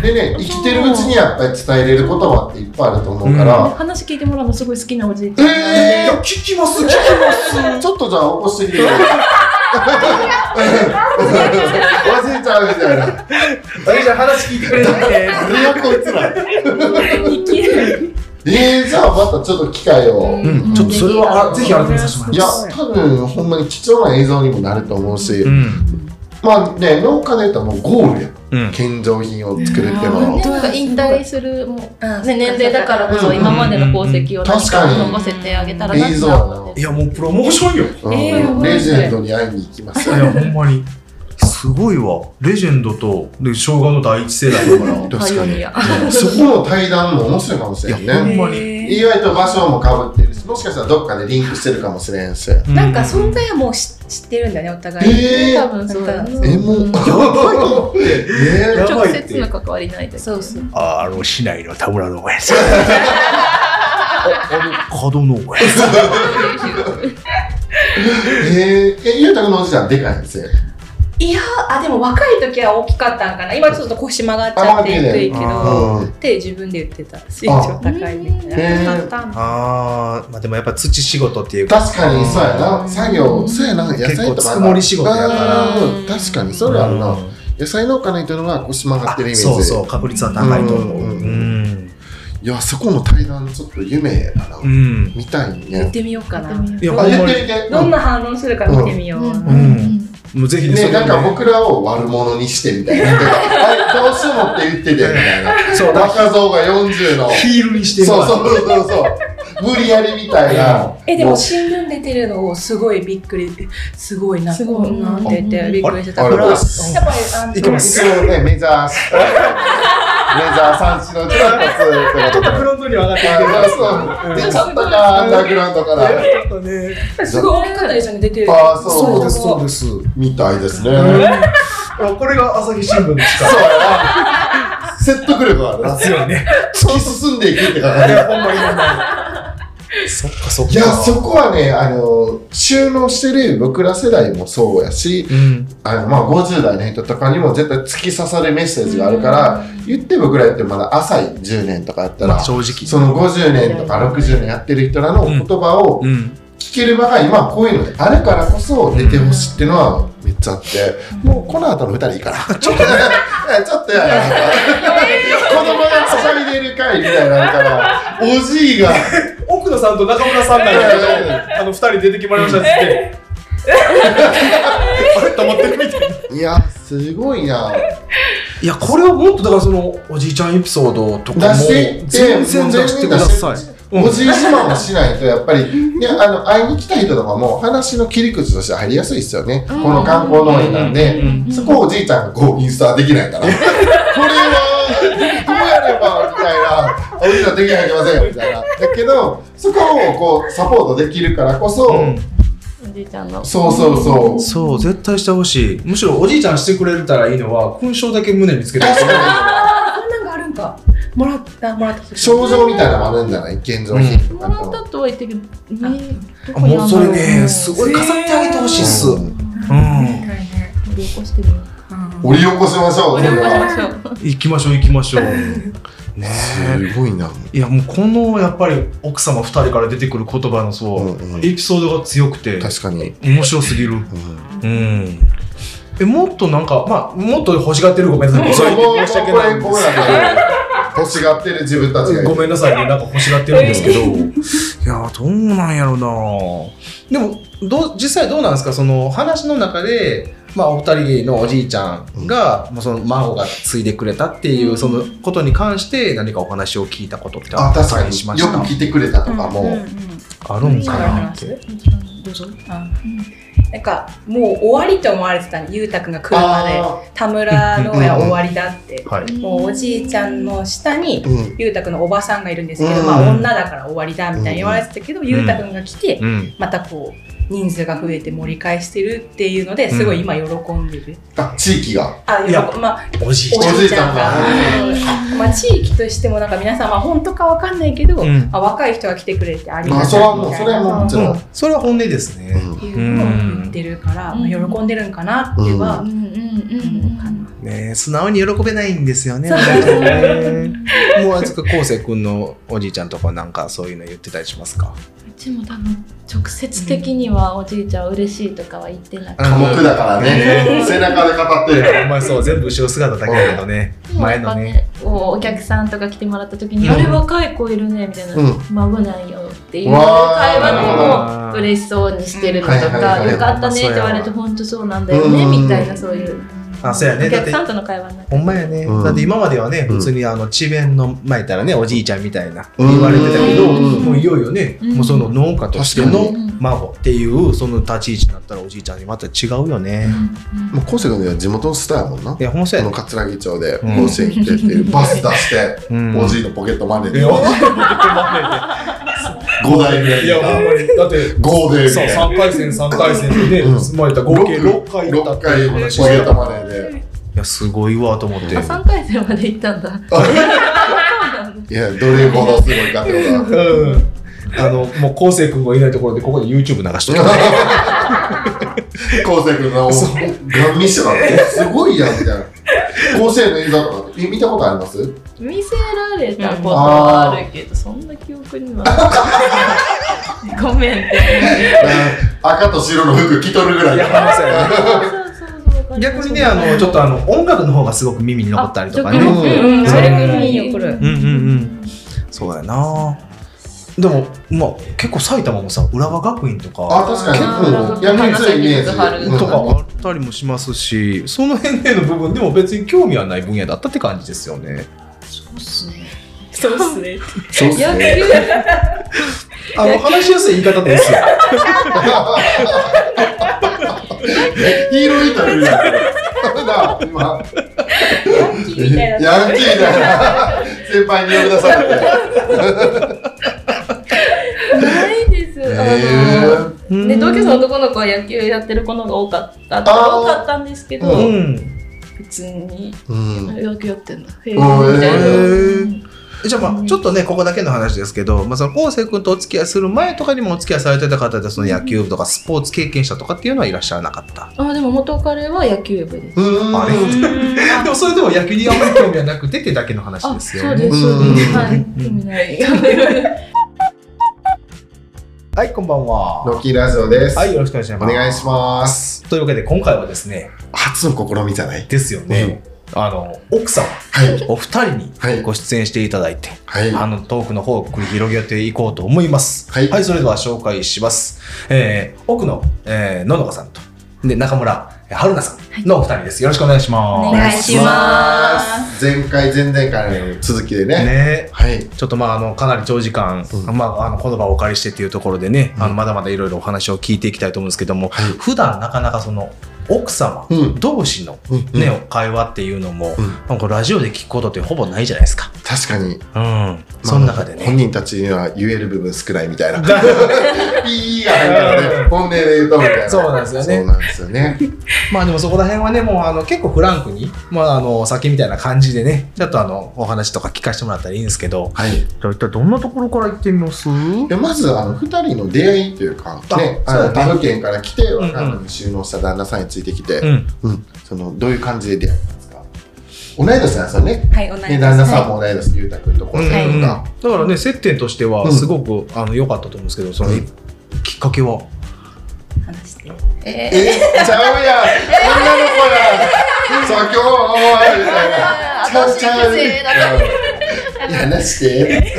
[SPEAKER 2] でね、生きてるうちにやっぱり伝えれる言葉っていっぱいあると思うか
[SPEAKER 4] で
[SPEAKER 2] ら、
[SPEAKER 4] 話聞いてもらうのすごい好きなおじいちゃんなんで。
[SPEAKER 1] い
[SPEAKER 2] え
[SPEAKER 1] や聞きます聞きます
[SPEAKER 2] ー、ちょっとじゃあ起こしてきてくれる忘れちゃうみたいな。
[SPEAKER 1] あれじゃあ話聞いてくれなくて
[SPEAKER 2] 何やこいつら。
[SPEAKER 4] 生きる。
[SPEAKER 2] えー、じゃあまたちょっと機会を。
[SPEAKER 1] うん、ちょっとそれはあぜひ改めさせてもら
[SPEAKER 2] い
[SPEAKER 1] い
[SPEAKER 2] や
[SPEAKER 1] ます。、
[SPEAKER 2] 多分ほんまに貴重な映像にもなると思うし、
[SPEAKER 1] ん、
[SPEAKER 2] まあね、農家で言ったらもうゴールやん。
[SPEAKER 1] うん、
[SPEAKER 2] 献上品を作るっていうの
[SPEAKER 4] 本
[SPEAKER 2] は。
[SPEAKER 4] 当は引退するもうね年齢だからこ
[SPEAKER 2] う
[SPEAKER 4] そ
[SPEAKER 2] ん
[SPEAKER 4] 今までの功績を何
[SPEAKER 2] 確か
[SPEAKER 4] か
[SPEAKER 2] に
[SPEAKER 4] 残せてあげたらなって思って
[SPEAKER 1] い。やもうプロモーションよ。
[SPEAKER 2] うん
[SPEAKER 4] えー
[SPEAKER 2] レジェンドに会いに行きます
[SPEAKER 1] い
[SPEAKER 2] よ。
[SPEAKER 1] やほんまにすごいわ。レジェンドとで生姜の第一世代だから。
[SPEAKER 2] 確かに
[SPEAKER 4] パイオニア。
[SPEAKER 2] そこの対談も面白いかもしれん
[SPEAKER 1] いやほん
[SPEAKER 2] ね。
[SPEAKER 1] ま
[SPEAKER 2] 意外と場所もかぶってるし、もしかしたらどっかでリンクしてるかもしれんし。え
[SPEAKER 3] なんか存在はもう知知ってるんだねお互
[SPEAKER 2] ー
[SPEAKER 3] い。
[SPEAKER 4] 多分そうだね。
[SPEAKER 2] え、もう、やばいって。え
[SPEAKER 1] やば
[SPEAKER 4] 直
[SPEAKER 1] いって
[SPEAKER 4] 接の関わりないで。
[SPEAKER 3] そうそう。
[SPEAKER 1] ああの市内の田村農園さん。ああの角農園さん。
[SPEAKER 2] えー、え、ゆうたくんのおじさんでかいんですよ。
[SPEAKER 3] いやーあでも若い時は大きかったんかな。今ちょっと腰曲がっちゃって低いけど。
[SPEAKER 2] うん。
[SPEAKER 3] って自分で言ってた。身長高いみたい
[SPEAKER 2] え
[SPEAKER 3] な。
[SPEAKER 2] ー、
[SPEAKER 1] ああまあでもやっぱ土仕事っていうか。
[SPEAKER 2] 確かにそうやな。作業、そうやな。野菜とかな。
[SPEAKER 1] 結構つくもり仕事やから
[SPEAKER 2] うん確かに、それあるな。野菜農家の人のは腰曲がってるイメージ。
[SPEAKER 1] そうそう確率は高いと思う。
[SPEAKER 2] う
[SPEAKER 1] うんん。
[SPEAKER 2] いや、そこの対談、ちょっと夢やな。
[SPEAKER 1] うん。
[SPEAKER 2] 見たい
[SPEAKER 3] 言っ
[SPEAKER 2] ね。
[SPEAKER 3] てみようかな。
[SPEAKER 1] いや
[SPEAKER 2] あ、
[SPEAKER 1] ほん
[SPEAKER 2] 言
[SPEAKER 1] ま
[SPEAKER 2] って
[SPEAKER 1] に
[SPEAKER 2] みて。
[SPEAKER 3] どんな反応するか見てみよう。
[SPEAKER 1] もうぜひそれ
[SPEAKER 2] ね、
[SPEAKER 1] を
[SPEAKER 2] なんか僕らを悪者にしてみたい な。あれ、どうしてもって言っててみたいな。
[SPEAKER 1] そうだ
[SPEAKER 2] 若造が40 の。
[SPEAKER 1] ヒールにして
[SPEAKER 2] そう
[SPEAKER 1] る
[SPEAKER 2] そう
[SPEAKER 1] わ
[SPEAKER 2] そうそう。無理やりみたいな。
[SPEAKER 3] えでも新聞出てるのをすごいびっくりすごいな
[SPEAKER 4] すご
[SPEAKER 3] こ
[SPEAKER 4] い
[SPEAKER 3] んなんてってびっくりしてた
[SPEAKER 2] あ
[SPEAKER 3] か
[SPEAKER 2] れ
[SPEAKER 3] らやっ
[SPEAKER 2] です。
[SPEAKER 3] ぱりあの
[SPEAKER 1] いけます
[SPEAKER 2] 一応ね、メジャー、メジャー三種のうちだった
[SPEAKER 1] ちょっと
[SPEAKER 2] プ
[SPEAKER 1] フ
[SPEAKER 2] ロ
[SPEAKER 1] ロントには上がって
[SPEAKER 2] そう。出ちゃったか、アンダーグラウンドから。
[SPEAKER 1] るけどね。
[SPEAKER 3] すごい大きかったですよね出てる
[SPEAKER 2] あーそう
[SPEAKER 1] そうですそう
[SPEAKER 3] で
[SPEAKER 1] です。
[SPEAKER 2] みたいですね。そう
[SPEAKER 1] うん
[SPEAKER 2] や
[SPEAKER 1] あこれが朝日新聞ですか
[SPEAKER 2] な。説得力あるな。
[SPEAKER 1] 強いね。
[SPEAKER 2] 突き進んでいくって感じ。
[SPEAKER 1] ほんまにほんまに。そっかそっか。
[SPEAKER 2] いや、そこはね、あの、収納してる僕ら世代もそうやし、
[SPEAKER 1] うん。
[SPEAKER 2] あの、まあ、50代の人とかにも絶対突き刺さるメッセージがあるから、言って僕らやってもまだ浅い10年とかやったら、
[SPEAKER 1] 正直。
[SPEAKER 2] その50年とか60年やってる人らの言葉を
[SPEAKER 1] うん。
[SPEAKER 2] 聞ける場が今こういうのあるからこそ出てほしいっていうのはめっちゃあって、もうこの後の2人いいから。 ちょっと、 ちょっとやな。子供がはしゃいでるかいみたいなのから、おじいが、
[SPEAKER 1] 奥野さんと中村さんなんやけど、あの二人出てきまりましたっつって。あれ溜まってるみたいな。
[SPEAKER 2] いや、すごいな。
[SPEAKER 1] いや、これをもっとだからそのおじいちゃんエピソードとか
[SPEAKER 2] 出
[SPEAKER 1] も
[SPEAKER 2] していって
[SPEAKER 1] 全然出してください。
[SPEAKER 2] おじい自慢をしないとやっぱり、ね、あの会いに来た人とかも話の切り口として入りやすいですよね、この観光農園なんで、そこをおじいちゃんがこうインスタできないからこれはどうやればみたいなおじいちゃんできないけませんよみたいなだけどそこをこうサポートできるからこそ、
[SPEAKER 1] うん
[SPEAKER 4] おじいちゃんの。
[SPEAKER 2] そうそうそう
[SPEAKER 1] そう絶対してほしいむしろおじいちゃんしてくれたらいいのは勲章だけ胸につけてほしい
[SPEAKER 3] あこんなんがあるんかもらったもらった
[SPEAKER 2] 症状みたいなのもあるんじゃない現状品と
[SPEAKER 4] も
[SPEAKER 2] からと
[SPEAKER 4] ったとは言ってるけど。ねど
[SPEAKER 1] あ
[SPEAKER 4] こにあん
[SPEAKER 1] も
[SPEAKER 4] の
[SPEAKER 1] うそれねすごい飾ってあげてほしいっす、
[SPEAKER 2] う
[SPEAKER 1] うん
[SPEAKER 2] ん
[SPEAKER 4] 掘り起こしてみよう。
[SPEAKER 2] 折り起こしましょうそれは
[SPEAKER 1] 行きましょう行きましょうねえ
[SPEAKER 2] すごいな、
[SPEAKER 1] いやもうこのやっぱり奥様2人から出てくる言葉のそうう、
[SPEAKER 2] んうん
[SPEAKER 1] エピソードが強くて
[SPEAKER 2] 確かに、
[SPEAKER 1] 面白すぎる
[SPEAKER 2] うん
[SPEAKER 1] うんえもっとなんかまあもっと欲しがってるごめんなさい
[SPEAKER 2] そ
[SPEAKER 1] そうれ
[SPEAKER 2] もう
[SPEAKER 1] 言って申し訳ないんで
[SPEAKER 2] これこ
[SPEAKER 1] す
[SPEAKER 2] れだけど欲しがってる自分たちがい る
[SPEAKER 1] ごめんなさいね、なんか欲しがってるんですけど、いやー、どうなんやろうなでもどう実際どうなんですかその話の中で、まあ、お二人のおじいちゃんが、まあ、その孫が継いでくれたっていう、そのことに関して何かお話を聞いたことって
[SPEAKER 2] あ確
[SPEAKER 1] った
[SPEAKER 2] か
[SPEAKER 1] り
[SPEAKER 2] に
[SPEAKER 1] しま
[SPEAKER 2] よ
[SPEAKER 1] し
[SPEAKER 2] く
[SPEAKER 1] た
[SPEAKER 2] 聞いてくれたとかも、
[SPEAKER 3] うんうん
[SPEAKER 1] あるんか
[SPEAKER 3] 今の
[SPEAKER 1] なっ
[SPEAKER 3] 話
[SPEAKER 1] て
[SPEAKER 6] どうぞ。
[SPEAKER 3] なんかもう終わりと思われてたんで裕太君が来るまで
[SPEAKER 2] あ
[SPEAKER 3] 田村の親終わりだって、
[SPEAKER 1] はい
[SPEAKER 3] もうおじいちゃんの下に
[SPEAKER 2] ーうん
[SPEAKER 3] 裕太君のおばさんがいるんですけど、
[SPEAKER 2] うん
[SPEAKER 3] まあ、女だから終わりだみたいに言われてたけど裕太君が来て、
[SPEAKER 1] うん
[SPEAKER 3] またこう人数が増えて盛り返してるっていうのですごい今喜んでる、
[SPEAKER 2] あ地域が
[SPEAKER 3] あ
[SPEAKER 1] いや
[SPEAKER 3] 喜まあ
[SPEAKER 1] おじいち
[SPEAKER 3] おじいちゃんが
[SPEAKER 2] お
[SPEAKER 3] うんまあ、地域としてもなんか皆さんまあ本当かわかんないけど、
[SPEAKER 1] うん
[SPEAKER 3] あ若い人が来てくれてあり
[SPEAKER 2] ま
[SPEAKER 3] が
[SPEAKER 2] あそ
[SPEAKER 3] た
[SPEAKER 2] れはいもう
[SPEAKER 3] みた
[SPEAKER 2] そ
[SPEAKER 3] い
[SPEAKER 2] れはもうも
[SPEAKER 3] な
[SPEAKER 2] ちろん、
[SPEAKER 1] それは本音です
[SPEAKER 2] う
[SPEAKER 1] ね、
[SPEAKER 2] ん
[SPEAKER 3] っていうのを言ってるから、まあ、
[SPEAKER 4] うん
[SPEAKER 3] 喜んでるんかなっては、
[SPEAKER 4] うんうんうんうん
[SPEAKER 1] ね素直に喜べないんですよね
[SPEAKER 3] そう
[SPEAKER 1] なんかね もうあつかこうせいくんのおじいちゃんとかなんかそういうの言ってたりしますか
[SPEAKER 4] うちも多分直接的にはおじいちゃん嬉しいとかは言ってなくて
[SPEAKER 2] 科目だからね、
[SPEAKER 1] うん
[SPEAKER 2] 背中で語ってるから
[SPEAKER 1] お前そう全部後ろ姿だけだけどね前のね
[SPEAKER 4] でもやっぱこうお客さんとか来てもらった時に、
[SPEAKER 1] うん
[SPEAKER 4] あれ若い子いるねみたいな、
[SPEAKER 2] うん
[SPEAKER 4] 孫なんよっていう会
[SPEAKER 2] わー
[SPEAKER 4] 話でも嬉しそうにしてるのと
[SPEAKER 2] はいはい
[SPEAKER 4] か、
[SPEAKER 2] はい
[SPEAKER 4] よかったねって言われて、本当そうなんだよね、
[SPEAKER 2] うん
[SPEAKER 4] みたいなそういう、
[SPEAKER 1] あそうやね
[SPEAKER 4] お
[SPEAKER 1] だっ
[SPEAKER 4] 客
[SPEAKER 1] て
[SPEAKER 4] さんとの会話の中
[SPEAKER 1] ほんまやね、
[SPEAKER 2] うん
[SPEAKER 1] だって今まではね
[SPEAKER 2] うん
[SPEAKER 1] 普通にあの智弁の前いたらねおじいちゃんみたいな
[SPEAKER 2] うん
[SPEAKER 1] 言われてたけど、
[SPEAKER 2] うん
[SPEAKER 1] もういよいよね、
[SPEAKER 4] うん
[SPEAKER 1] もうその農家として
[SPEAKER 2] 確
[SPEAKER 1] の
[SPEAKER 2] か
[SPEAKER 1] 孫っていうその立ち位置になったらおじいちゃんにまた違うよね、
[SPEAKER 2] もう昴生君は地元のスターやもんない
[SPEAKER 1] やほんまそう
[SPEAKER 2] こ
[SPEAKER 1] や
[SPEAKER 2] の
[SPEAKER 1] ね、
[SPEAKER 2] 桂木町で
[SPEAKER 1] うん
[SPEAKER 2] 甲子園来てっていうバス出して、
[SPEAKER 1] うん
[SPEAKER 2] おじ いのポケットマネー
[SPEAKER 1] い
[SPEAKER 2] で
[SPEAKER 1] や
[SPEAKER 2] 5
[SPEAKER 1] ほんまに困
[SPEAKER 2] 代
[SPEAKER 1] る
[SPEAKER 2] 目
[SPEAKER 1] ねいやほんまにだって
[SPEAKER 2] 5で
[SPEAKER 1] そう
[SPEAKER 2] 6
[SPEAKER 1] 三回戦三回戦でね、
[SPEAKER 2] うん
[SPEAKER 1] 生まれた合計六回いったってい
[SPEAKER 2] 回
[SPEAKER 1] う
[SPEAKER 2] ポケ
[SPEAKER 1] 話
[SPEAKER 2] ットマネーで
[SPEAKER 1] いやすごいわと思って
[SPEAKER 4] あ3回戦まで行ったんだ そうなんだ
[SPEAKER 2] いやどれほどすごいかってことだ
[SPEAKER 1] うんあのもう昴生君がいないところでここで YouTube 流しとく
[SPEAKER 2] 昴生君のガン見してたってすごいやんみたいな甲子園の映像とかってえ見たことあります
[SPEAKER 4] 見せられたことはあるけど、そんな記憶にはごめんって
[SPEAKER 2] 赤と白の服着とるぐらい
[SPEAKER 1] いやほんまそうやね
[SPEAKER 4] そうそうそうわかります
[SPEAKER 1] 逆にねあのちょっとあの音楽の方がすごく耳に残ったりとかね
[SPEAKER 4] あ
[SPEAKER 1] う
[SPEAKER 4] 逆
[SPEAKER 1] ん
[SPEAKER 4] に
[SPEAKER 3] うんうん
[SPEAKER 1] それぐ
[SPEAKER 3] らいよこれ
[SPEAKER 1] うんうんそうやなでもまあ結構埼玉もさ浦和学院と
[SPEAKER 2] あ
[SPEAKER 1] か
[SPEAKER 2] 確かに
[SPEAKER 4] あ
[SPEAKER 2] うん
[SPEAKER 4] ー
[SPEAKER 2] 焼きついイメージ
[SPEAKER 4] 花咲
[SPEAKER 2] うん
[SPEAKER 1] とかあったりもしますしその辺での部分でも別に興味はない分野だったって感じですよね
[SPEAKER 6] そうっすね。
[SPEAKER 3] そうっすね
[SPEAKER 2] そうっす
[SPEAKER 4] 野球
[SPEAKER 2] ね
[SPEAKER 1] あの話しやすい言い方ですよ
[SPEAKER 2] ヒーローインタビューやんこれな今
[SPEAKER 3] ヤンキーみたいな
[SPEAKER 2] ヤンキーだな先輩に呼び出されて。
[SPEAKER 4] ないです。あのね、同級生の男の子は野球やってる子の方が多かった多
[SPEAKER 2] あー
[SPEAKER 4] かったんですけど、
[SPEAKER 2] う
[SPEAKER 1] うん
[SPEAKER 4] 普通に
[SPEAKER 2] うん。
[SPEAKER 4] 野球やってんだへえ
[SPEAKER 2] うん
[SPEAKER 4] みたいな、
[SPEAKER 2] へ
[SPEAKER 1] ーじゃあまあちょっとねここだけの話ですけど、まあ、その昴生君とお付き合いする前とかにもお付き合いされてた方でその野球部とかスポーツ経験者とかっていうのはいらっしゃらなかった
[SPEAKER 4] あでも元彼は野球部です
[SPEAKER 2] うん。
[SPEAKER 1] あれでもそれでも野球にあんまり興味はなくてってだけの話
[SPEAKER 4] あ
[SPEAKER 1] です
[SPEAKER 4] そ
[SPEAKER 1] よ
[SPEAKER 4] うで
[SPEAKER 1] ね。
[SPEAKER 4] すそうです、
[SPEAKER 2] うん
[SPEAKER 4] はい興味ないは
[SPEAKER 1] はい、こんばんは。
[SPEAKER 2] ロキラジオです。
[SPEAKER 1] はい、よろしくお願いします。
[SPEAKER 2] お願いします。
[SPEAKER 1] す。というわけで今回はですね、
[SPEAKER 2] 初の試みじゃない。
[SPEAKER 1] ですよね、あの、奥様、
[SPEAKER 2] はい。
[SPEAKER 1] お二人に
[SPEAKER 2] はい
[SPEAKER 1] ご出演していただいて、
[SPEAKER 2] はい。
[SPEAKER 1] あのトークの方を繰り広げていこうと思います。
[SPEAKER 2] はい。
[SPEAKER 1] それでは紹介します。えー、奥の、えー、野々さんと、で、中村春菜さんのお二人です。よろしくお願いします。
[SPEAKER 4] お願いします
[SPEAKER 2] 前回、前々回の続きでね。
[SPEAKER 1] ね
[SPEAKER 2] はい。
[SPEAKER 1] ちょっとまああのかなり長時間、
[SPEAKER 2] うん
[SPEAKER 1] まあ、あのこの場をお借りしてっていうところでね、
[SPEAKER 2] うん
[SPEAKER 1] あのまだまだいろいろお話を聞いていきたいと思うんですけども、
[SPEAKER 2] はい
[SPEAKER 1] 普段なかなかその奥様
[SPEAKER 2] うん
[SPEAKER 1] 同士の、
[SPEAKER 2] うん
[SPEAKER 1] ね会話っていうのも、
[SPEAKER 2] うん
[SPEAKER 1] なんかラジオで聞くことってほぼないじゃないですか、
[SPEAKER 2] 確かに、
[SPEAKER 1] うん、その中で
[SPEAKER 2] 本
[SPEAKER 1] ね。
[SPEAKER 2] 人たちには言える部分少ないみ たいな。
[SPEAKER 1] だ
[SPEAKER 2] ピーが入 るからね、本音で言うとみたいな。
[SPEAKER 1] そうなんですよね
[SPEAKER 2] そうなんですよね。
[SPEAKER 1] まあでもそこら辺はねもうあの結構フランクに、まあ、あのさっきみたいな感じでねちょっとあのお話とか聞かせてもらったらいいんですけど
[SPEAKER 2] はい。
[SPEAKER 1] じゃあ一体どんなところから行ってみます
[SPEAKER 2] でまずあの2人の出会いというか、
[SPEAKER 1] あ
[SPEAKER 2] ね、
[SPEAKER 1] そうだね
[SPEAKER 2] あの他府県から来て
[SPEAKER 1] んうん
[SPEAKER 2] 若者に収納した旦那さんについてきて、
[SPEAKER 1] うん
[SPEAKER 2] うんそのどういう感じで出会ったんですか同い年なんですよね
[SPEAKER 3] はい同じ
[SPEAKER 2] ね旦那さんも同い年裕太君とこう
[SPEAKER 1] うん
[SPEAKER 2] 君が、
[SPEAKER 1] だからね接点としてはすごくあの良かったと思うんですけどその、
[SPEAKER 2] うん
[SPEAKER 1] きっかけは
[SPEAKER 3] 話して
[SPEAKER 2] えちゃうやん女の子やんさあ今日はおいみたいなちゃうちゃう
[SPEAKER 6] 私女性だ
[SPEAKER 2] うん話して。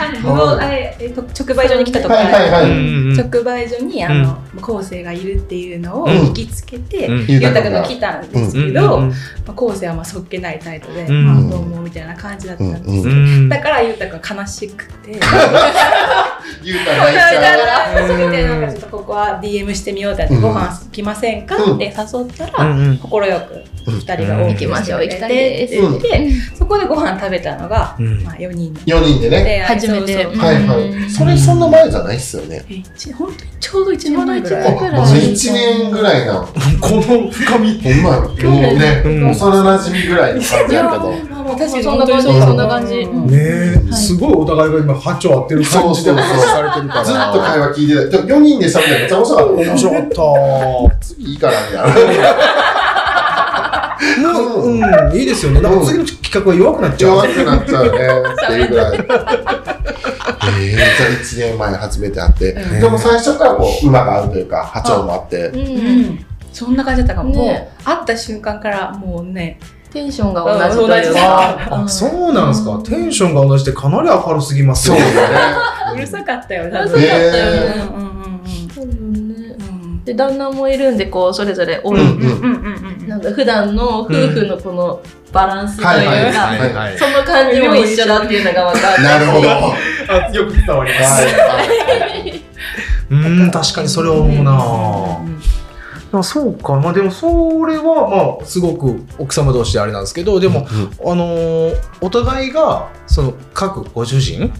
[SPEAKER 3] あの無料あええと直売所に来たとか、
[SPEAKER 2] はいはいはい。
[SPEAKER 3] 直売所にあの、後世がいるっていうのを
[SPEAKER 1] うん
[SPEAKER 3] 引きつけて、
[SPEAKER 1] うん
[SPEAKER 3] ゆうたくんが来たんですけど、まあ、後世はまあそっけない態度で、
[SPEAKER 1] うん
[SPEAKER 3] まあ、どうもみたいな感じだったんですけど、
[SPEAKER 2] うん
[SPEAKER 3] だからゆうたくん悲しくて。
[SPEAKER 2] ゆうた
[SPEAKER 3] だ
[SPEAKER 2] 泣いちゃう。
[SPEAKER 3] からそれでなんかちょっとここは DM してみようってなって、
[SPEAKER 2] うん
[SPEAKER 3] ご飯来ませんか
[SPEAKER 2] うん
[SPEAKER 3] って誘ったら快く2人が
[SPEAKER 1] うん
[SPEAKER 3] 行きましょう行きたいですって言ってそこでご飯食べたのが、まあ、4人
[SPEAKER 2] 四人でね。
[SPEAKER 3] で
[SPEAKER 4] 初めて
[SPEAKER 3] そう
[SPEAKER 4] うん
[SPEAKER 2] はいはい。それそんな前じゃないっすよね。
[SPEAKER 3] そうほんとちょうど1年前ぐら
[SPEAKER 2] あ
[SPEAKER 3] い
[SPEAKER 4] ちょうど一年前
[SPEAKER 2] まあ一年ぐらいなの。ほ
[SPEAKER 1] この深み
[SPEAKER 2] んま、もうね、
[SPEAKER 1] うん
[SPEAKER 2] 幼馴染ぐらいの感じやけど。
[SPEAKER 3] まあもう確かに
[SPEAKER 4] そんな感じ
[SPEAKER 3] 本当に
[SPEAKER 4] そんな感じ
[SPEAKER 3] うん
[SPEAKER 1] ね
[SPEAKER 2] は
[SPEAKER 1] え
[SPEAKER 4] い
[SPEAKER 1] すごいお互いが今波長合ってる感じでお話しされてるから
[SPEAKER 2] ずっと会話聞いてた。でも四人で喋ってめっちゃ面白かった。
[SPEAKER 1] 面白かっ
[SPEAKER 2] 次いいからみたいな。
[SPEAKER 1] たもううんいいですよねなんか次の企画は弱くなっちゃ
[SPEAKER 2] 弱
[SPEAKER 1] う
[SPEAKER 2] くなっちゃうねっていうぐらい。えー、じゃあ1年前初めて会って、
[SPEAKER 3] うん
[SPEAKER 2] でも最初からこう馬が合うというか波長もあって、
[SPEAKER 3] うんそんな感じだったかも、
[SPEAKER 4] ね
[SPEAKER 3] もう会った瞬間からもうね
[SPEAKER 4] テンションが同じと
[SPEAKER 3] 同
[SPEAKER 4] いう
[SPEAKER 3] じ
[SPEAKER 4] か
[SPEAKER 3] だ
[SPEAKER 1] あそうなんですかテンションが同じってかなり明るすぎます
[SPEAKER 2] そう
[SPEAKER 1] よ
[SPEAKER 2] だ
[SPEAKER 3] う
[SPEAKER 2] ね
[SPEAKER 3] るさかったよ多
[SPEAKER 4] そ
[SPEAKER 3] 分
[SPEAKER 4] うだった
[SPEAKER 2] ね
[SPEAKER 4] よ
[SPEAKER 2] え
[SPEAKER 4] ね
[SPEAKER 3] うんうんうん
[SPEAKER 4] 多分ね
[SPEAKER 3] うん
[SPEAKER 4] で旦那もいるんでこうそれぞれおる、
[SPEAKER 2] うん
[SPEAKER 3] うんうんうんうん
[SPEAKER 4] なんか普段の夫婦のこのバランスというか、
[SPEAKER 2] はいはい
[SPEAKER 1] はいはい
[SPEAKER 4] その感じも一緒だっていうのが分かる
[SPEAKER 2] なるほど。は
[SPEAKER 1] あよく伝わり
[SPEAKER 2] いはい。
[SPEAKER 1] うん確かにそれは思うなでもそうかまあでもそれはまあすごく奥様同士であれなんですけどでもあのーお互いがその各ご主人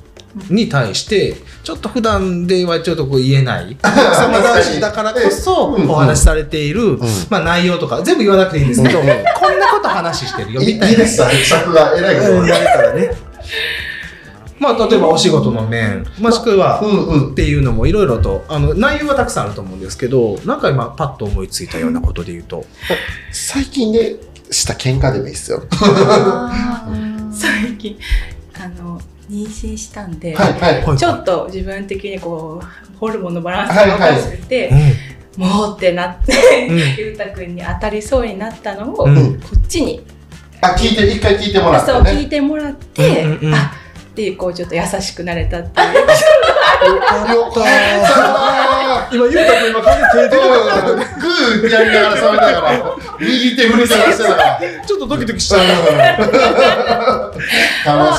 [SPEAKER 1] に対してちょっと普段ではちょっとこう言え ない奥様男子だからこそ
[SPEAKER 2] うんうん
[SPEAKER 1] お話しされている、まあ、内容とか全部言わなくていいんですけど、
[SPEAKER 2] うん
[SPEAKER 1] こんなこと話してるよ
[SPEAKER 2] いい
[SPEAKER 1] みた
[SPEAKER 2] い
[SPEAKER 1] い
[SPEAKER 2] い
[SPEAKER 1] な
[SPEAKER 2] で。したね、尺が偉いけ
[SPEAKER 1] う
[SPEAKER 2] ど
[SPEAKER 1] ん。誰からねまあ例えばお仕事の面もしくは、
[SPEAKER 2] うんうん
[SPEAKER 1] っ。ていうのもいろいろとあの内容はたくさんあると思うんですけどなんか今パッと思いついたようなことで言うと、
[SPEAKER 2] 最近でした喧嘩でもいいっすよ。
[SPEAKER 3] 最近あの妊娠したんで、
[SPEAKER 2] はいはい。
[SPEAKER 1] はい
[SPEAKER 3] ちょっと自分的にこうホルモンのバランスがおかしくて、
[SPEAKER 1] う
[SPEAKER 3] もうってなって、
[SPEAKER 1] んうん
[SPEAKER 3] ゆうたくんに当たりそうになったのを、
[SPEAKER 1] うん
[SPEAKER 3] こっちに
[SPEAKER 2] あ、聞いて、一回聞いてもらっ
[SPEAKER 3] そ
[SPEAKER 2] た
[SPEAKER 3] う聞
[SPEAKER 2] ね。
[SPEAKER 3] いてもらって、
[SPEAKER 1] うんうんうん
[SPEAKER 3] あってこうちょっと優しくなれたっていう
[SPEAKER 2] よかっ
[SPEAKER 1] 今
[SPEAKER 2] た。
[SPEAKER 1] ゆうたくん今完全に手出てたから
[SPEAKER 2] うんグーやりながら喋りながら、右手振り探してたから。
[SPEAKER 1] ちょっとドキドキしちゃう
[SPEAKER 2] 楽し
[SPEAKER 3] の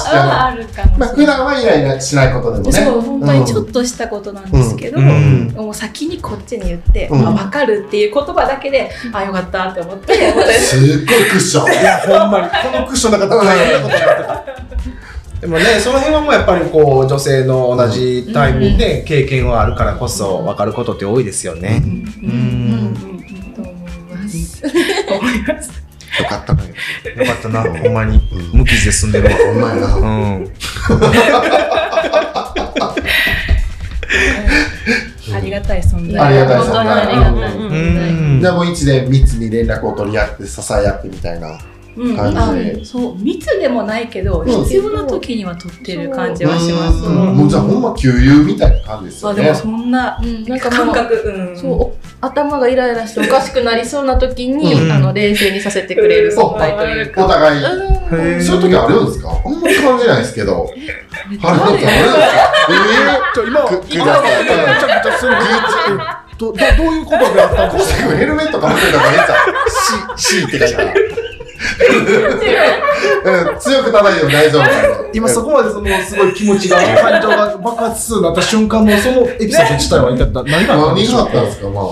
[SPEAKER 3] は
[SPEAKER 2] か
[SPEAKER 3] あるかも
[SPEAKER 2] まあ
[SPEAKER 3] し
[SPEAKER 2] 普
[SPEAKER 3] れない。
[SPEAKER 2] 段はイライラしないことでもね。
[SPEAKER 3] そう本当にちょっとしたことなんですけど、
[SPEAKER 1] うんうん
[SPEAKER 3] もう先にこっちに言って、
[SPEAKER 2] うん
[SPEAKER 3] あ分かるっていう言葉だけで、あよかったって思って
[SPEAKER 2] すっごいクッション。
[SPEAKER 1] いやほんまにこのクッションなかったら大変なことになってたでもねその辺はもうやっぱりこう女性の同じタイミングで経験はあるからこそ分かることって多いですよね
[SPEAKER 3] うんうんうんうん
[SPEAKER 4] と思います
[SPEAKER 3] 思います。
[SPEAKER 2] よかったのよ。
[SPEAKER 1] よかったなほんまに
[SPEAKER 2] うん
[SPEAKER 1] 無傷で進んでるわ
[SPEAKER 2] ほんまやな。
[SPEAKER 1] うん
[SPEAKER 3] ありがたい存
[SPEAKER 2] あ
[SPEAKER 3] 在。
[SPEAKER 2] りがたい
[SPEAKER 4] 本当にありがたい、
[SPEAKER 2] うん
[SPEAKER 1] う
[SPEAKER 2] で
[SPEAKER 1] ん
[SPEAKER 2] もう一年密に連絡を取り合って支え合ってみたいな。
[SPEAKER 3] うん、
[SPEAKER 2] 感
[SPEAKER 3] あ
[SPEAKER 2] じ
[SPEAKER 3] そう密でもないけど、
[SPEAKER 2] ん
[SPEAKER 3] 必要な時には取ってる感じはします。
[SPEAKER 2] うんもうじゃあほんま給油みたいな感じです
[SPEAKER 3] そ
[SPEAKER 2] よ
[SPEAKER 3] うでも
[SPEAKER 2] ね。
[SPEAKER 3] そんな
[SPEAKER 4] うん、なんかもう
[SPEAKER 3] 感覚、うん、
[SPEAKER 4] そうお頭がイライラしておかしくなりそうな時に、
[SPEAKER 1] うん
[SPEAKER 4] あの冷静にさせてくれる存在という
[SPEAKER 2] お
[SPEAKER 4] か、
[SPEAKER 2] 互い。
[SPEAKER 4] うん
[SPEAKER 1] へー
[SPEAKER 2] そういう時あるんですかあんまり感じないですけど。あるんですかあ
[SPEAKER 1] ちょ今
[SPEAKER 2] るんですかえぇ、ー、く、く
[SPEAKER 1] 今
[SPEAKER 2] だ
[SPEAKER 1] め
[SPEAKER 2] さい。
[SPEAKER 1] ちゃくちゃする どどどういうことであったの
[SPEAKER 2] 小瀬君ヘルメットかぶって たからいいじゃん。C、C って書いてある。うん、強く叩いても大丈夫 なんで。
[SPEAKER 1] 今そこまでそのすごい気持ちが 感情が爆発するなった瞬間のそのエピソード自体は一体何があったんで
[SPEAKER 2] 何
[SPEAKER 1] し
[SPEAKER 2] が
[SPEAKER 1] ょ
[SPEAKER 2] あ
[SPEAKER 1] う
[SPEAKER 2] ったんですかまあ。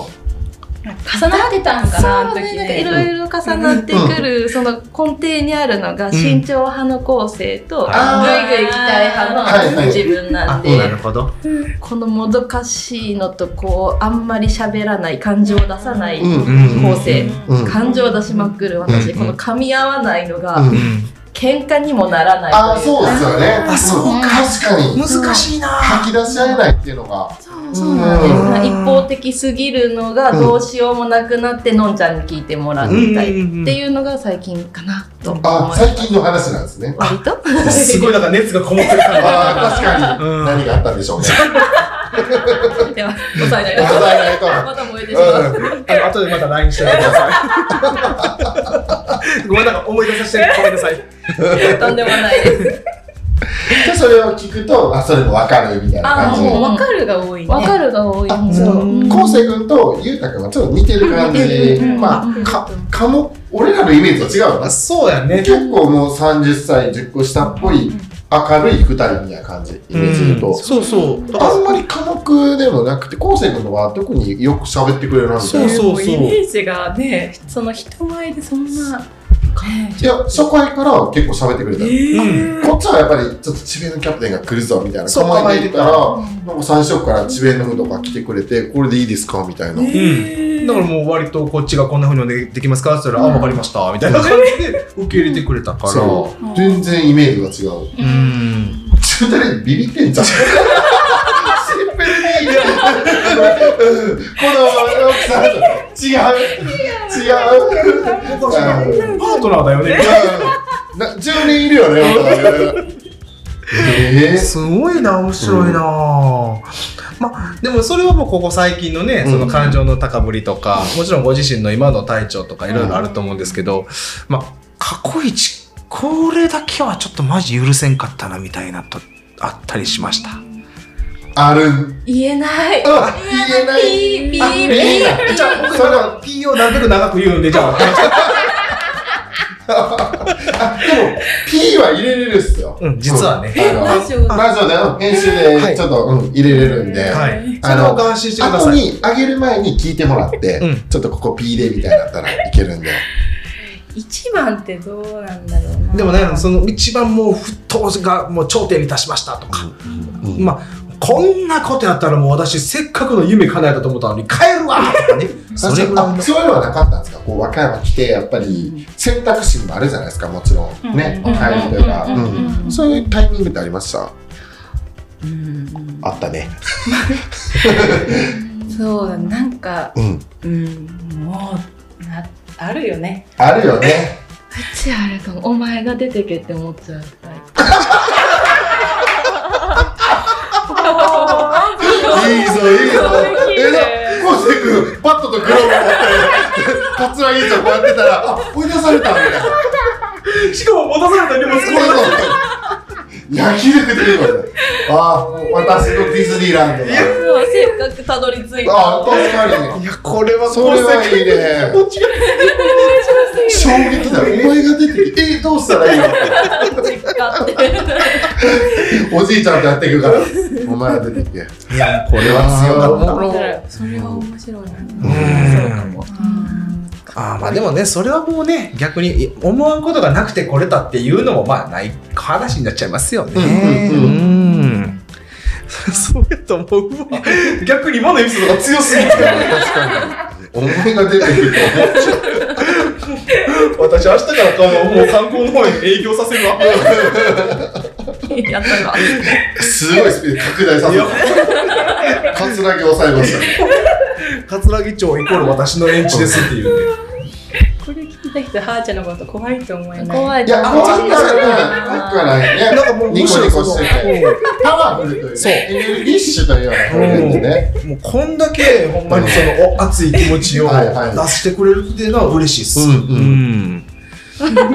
[SPEAKER 3] 重なってたんかな、あの
[SPEAKER 4] そう
[SPEAKER 3] 時
[SPEAKER 4] ね、なんかい
[SPEAKER 3] で。
[SPEAKER 4] ろいろ重なってくる、その根底にあるのが慎重派の構成と、
[SPEAKER 1] あ
[SPEAKER 2] ー
[SPEAKER 4] ぐいぐい期待派の自分なん
[SPEAKER 1] あなる
[SPEAKER 4] で、
[SPEAKER 1] ほど
[SPEAKER 4] このもどかしいのとこうあんまり喋らない感情を出さない
[SPEAKER 2] うん。
[SPEAKER 4] 構成、
[SPEAKER 2] うん。
[SPEAKER 4] 感情を出しまくる私、
[SPEAKER 1] うん
[SPEAKER 4] この噛み合わないのが、
[SPEAKER 2] うん
[SPEAKER 4] 喧嘩にもならない
[SPEAKER 2] ああ、
[SPEAKER 4] という
[SPEAKER 2] そうですよね。
[SPEAKER 1] あそう
[SPEAKER 2] か。確かに。
[SPEAKER 1] 難しいな
[SPEAKER 2] 吐き出し合えないっていうのが。
[SPEAKER 4] そうそうなんです
[SPEAKER 1] うん
[SPEAKER 4] まあ一方的すぎるのがどうしようもなくなってのんちゃんに聞いてもらいたいっていうのが最近かなと思い
[SPEAKER 2] あ
[SPEAKER 4] ま、す
[SPEAKER 2] 最近の話なんですね。
[SPEAKER 4] 割と
[SPEAKER 1] すごいなんか熱がこもってる感
[SPEAKER 2] ああ、確かに。
[SPEAKER 1] うん
[SPEAKER 2] 何があったんでしょうね。
[SPEAKER 4] では抑えない
[SPEAKER 2] 謝罪ないと。
[SPEAKER 4] また燃えてしまう。
[SPEAKER 2] う
[SPEAKER 1] あの後でまた LINE してくださ い。ごめんなんか思い出させてごめんなさい。
[SPEAKER 4] とんでもないです。
[SPEAKER 2] でそれを聞くとあそれも分かるみたいな
[SPEAKER 3] あ
[SPEAKER 2] 感
[SPEAKER 3] あ
[SPEAKER 2] じ
[SPEAKER 3] もう分かるが多いね。
[SPEAKER 4] わかるが多い。
[SPEAKER 2] あ
[SPEAKER 1] う
[SPEAKER 2] そ
[SPEAKER 4] うん
[SPEAKER 2] う昴生君と裕太君はちょっと似てる感じ
[SPEAKER 3] うん
[SPEAKER 2] まあかかも俺らのイメージと違うよな
[SPEAKER 1] あそうやね
[SPEAKER 2] 結構もう30歳10個下っぽい明るい2人みたいな感じイメージすると、
[SPEAKER 1] うんそうそう
[SPEAKER 2] あんまり寡黙でもなくて昴生君のは特によく喋ってくれるなみたい
[SPEAKER 1] そ
[SPEAKER 2] な
[SPEAKER 1] うそうそう
[SPEAKER 3] イメージがね、その人前でそんな。ね
[SPEAKER 2] いや初回から結構喋ってくれた、
[SPEAKER 1] う
[SPEAKER 2] こっちはやっぱりちょっと智弁のキャプテンが来るぞみたいな
[SPEAKER 1] そう
[SPEAKER 2] 構えてたらなんか最初から智弁のふとか来てくれてこれでいいですかみたいな、
[SPEAKER 1] うん、だからもう割とこっちがこんなふうにでできますかって言ったら「あ分かりました」みたいな感じで受け入れてくれたから
[SPEAKER 2] そうう全然イメージが違う
[SPEAKER 1] うん
[SPEAKER 2] ちょっとねビビってんじゃんシンプルにうんこの奥さん違う違う
[SPEAKER 1] おかしいなパートナーだよね
[SPEAKER 2] な10人いるよねお互いね えー
[SPEAKER 1] すごいな面白いな、まあでもそれはもうここ最近のねその感情の高ぶりとか、もちろんご自身の今の体調とかいろいろあると思うんですけど、まあ過去一これだけはちょっとマジ許せんかったなみたいなとあったりしました。
[SPEAKER 2] ある
[SPEAKER 4] 言えない。
[SPEAKER 2] あ言えない
[SPEAKER 4] ピーピーピ
[SPEAKER 1] え
[SPEAKER 4] ー。
[SPEAKER 1] じゃあ僕の P をなるべく長く言うんでじゃあ。
[SPEAKER 2] あでも P は入れれるっすよ、
[SPEAKER 1] うん実はね
[SPEAKER 2] うんあの
[SPEAKER 4] ラジオだ
[SPEAKER 2] ラジオでの編集
[SPEAKER 1] は
[SPEAKER 2] で
[SPEAKER 1] い
[SPEAKER 2] ちょっと、うん、入れれるんで、
[SPEAKER 1] はい。そ
[SPEAKER 2] あ
[SPEAKER 1] れ
[SPEAKER 2] の
[SPEAKER 1] をご安心してくだ
[SPEAKER 2] 後
[SPEAKER 1] さい。
[SPEAKER 2] に上げる前に聞いてもらって、
[SPEAKER 1] うん
[SPEAKER 2] ちょっとここ P でみたいだったらいけるんで
[SPEAKER 3] 一番ってどうなんだろうな。
[SPEAKER 1] でもね、その一番もう沸騰がもう頂点に達しましたとか、
[SPEAKER 2] うん
[SPEAKER 1] まあこんなことやったらもう私せっかくの夢叶えたと思ったのに帰るわとかね それぐらい
[SPEAKER 2] あ
[SPEAKER 1] の
[SPEAKER 2] そういうのはなかったんですかこう和歌山来てやっぱり選択肢もあるじゃないですかもちろんね
[SPEAKER 3] うん
[SPEAKER 2] 帰りというか
[SPEAKER 3] うん
[SPEAKER 2] うんそういうタイミングってありましたあったね
[SPEAKER 3] そうだ、なんか、
[SPEAKER 2] うん
[SPEAKER 3] うん、もう、な、あるよね。
[SPEAKER 2] あるよね
[SPEAKER 4] うちあれかも。お前が出てけって思っちゃうタイプ。
[SPEAKER 2] いいぞいいぞえな昴生君パッドとグローブ持ってカツラいいぞこうやってたらあ追い出されたみたいな
[SPEAKER 1] しかも戻されたりもす
[SPEAKER 2] そうそう野球で出てくるからあもう私のディズニーランドだ
[SPEAKER 4] そうせっかくたどり着いた。
[SPEAKER 2] あ確かに
[SPEAKER 1] いやこれは
[SPEAKER 2] それはいいね
[SPEAKER 1] こっちが
[SPEAKER 2] 衝撃だよお前が出てきてえどうしたらいいの
[SPEAKER 4] 実家って。
[SPEAKER 2] おじいちゃんとやっていくからお前は出てけ
[SPEAKER 1] いやこれは強かっ
[SPEAKER 3] それは面白いな。
[SPEAKER 1] たうんあーまあでもねそれはもうね逆にい思わんことがなくてこれたっていうのもまあない話になっちゃいますよね
[SPEAKER 2] うんうんうん
[SPEAKER 1] ん そうやと思うわ逆に今のエピソードが強すぎて
[SPEAKER 2] 確かにお前が出てくる
[SPEAKER 1] 私明日からかもう観光の方に営業させるわ
[SPEAKER 4] やったわ。
[SPEAKER 2] とすごいスピード拡大させたカツラギ抑えましたね
[SPEAKER 1] 桂木町イコール私の園地ですっていうね
[SPEAKER 3] これ聞いた人、はーちゃんのこと怖いと思えない。
[SPEAKER 4] 怖い
[SPEAKER 2] いや
[SPEAKER 4] な
[SPEAKER 2] こっちにはねなくはないね
[SPEAKER 1] なんかもう
[SPEAKER 2] ニ
[SPEAKER 1] むし
[SPEAKER 2] コ
[SPEAKER 1] ろ
[SPEAKER 2] ニ
[SPEAKER 1] そ
[SPEAKER 2] コし
[SPEAKER 1] の
[SPEAKER 2] ててパワフルという
[SPEAKER 1] そう
[SPEAKER 2] ねエネルギッシュというような感じでね
[SPEAKER 1] もうこんだけほんまにそのお熱い気持ち を出
[SPEAKER 2] はいはい
[SPEAKER 1] してくれるっていうのは嬉しいっす
[SPEAKER 2] うんうん
[SPEAKER 1] ん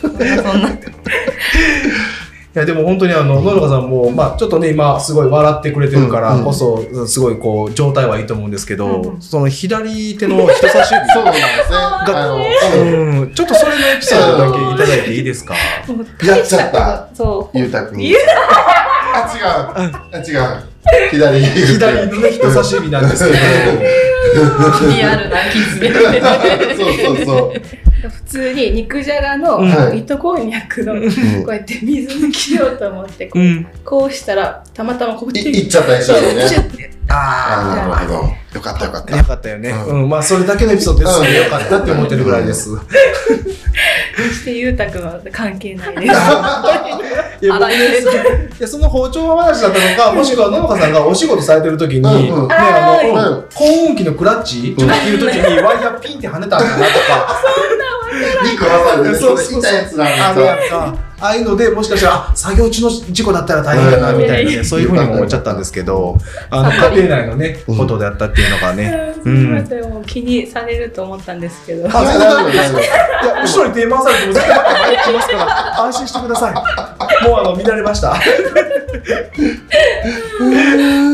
[SPEAKER 4] そんな。
[SPEAKER 1] いやでも本当にあのののかさんも、まあ、ちょっとね今すごい笑ってくれてるからこそ、すごいこう状態はいいと思うんですけど、その左手の人差し
[SPEAKER 2] そうなんですねあの
[SPEAKER 1] 指、うん、ちょっとそれのエピソードだけいただいていいですか
[SPEAKER 2] やっちゃった
[SPEAKER 3] そ
[SPEAKER 2] ゆうたくんあ違うあ違う左
[SPEAKER 1] 左のね人差し指なんですけど
[SPEAKER 4] リアルな気づき。
[SPEAKER 2] そうそうそう
[SPEAKER 3] う。普通に肉じゃがの
[SPEAKER 2] はい
[SPEAKER 3] 糸こんにゃくの、こうやって水抜きようと思って、こ
[SPEAKER 1] う
[SPEAKER 3] うんこうしたら、たまたまこっち
[SPEAKER 2] いいっ
[SPEAKER 3] に。
[SPEAKER 2] ちゃった一緒だよ
[SPEAKER 3] シュ
[SPEAKER 2] ね
[SPEAKER 3] ッて
[SPEAKER 1] あ
[SPEAKER 2] あなるほどよかったよかっ
[SPEAKER 1] あよ
[SPEAKER 2] た
[SPEAKER 1] かったよね、
[SPEAKER 2] う
[SPEAKER 1] うんまあそれだけのエピソードですごいよかったって思ってるぐらいです、
[SPEAKER 3] して、ゆうたくんは関係ないです。
[SPEAKER 1] いや
[SPEAKER 4] あらゆる。
[SPEAKER 1] いやその包丁話だったのかもしくは野中さんがお仕事されてる時に、
[SPEAKER 2] うんうん
[SPEAKER 1] ねあ
[SPEAKER 2] あー
[SPEAKER 1] の、うん高音機のクラッチちょっと切る時にワイヤーピンって跳ねたんだなとか
[SPEAKER 2] 肉挟んでね
[SPEAKER 1] そ
[SPEAKER 2] そうれ
[SPEAKER 1] そうそう
[SPEAKER 2] 痛いやつな
[SPEAKER 1] あ
[SPEAKER 2] ん
[SPEAKER 1] のや
[SPEAKER 2] だ
[SPEAKER 1] っぱああいうのでもしかしたらあ作業中の事故だったら大変だなみたいなね、
[SPEAKER 3] う
[SPEAKER 1] そういうふうにも思っちゃったんですけどあの家庭内のね
[SPEAKER 2] うん
[SPEAKER 1] ことであったっていうのがね。
[SPEAKER 3] すみません、もう気にされると思ったんですけど。
[SPEAKER 1] あ
[SPEAKER 2] 大丈夫ですよ
[SPEAKER 1] いや後ろに手回されても絶対バックに入ってきますから安心してください。もうあの乱れました。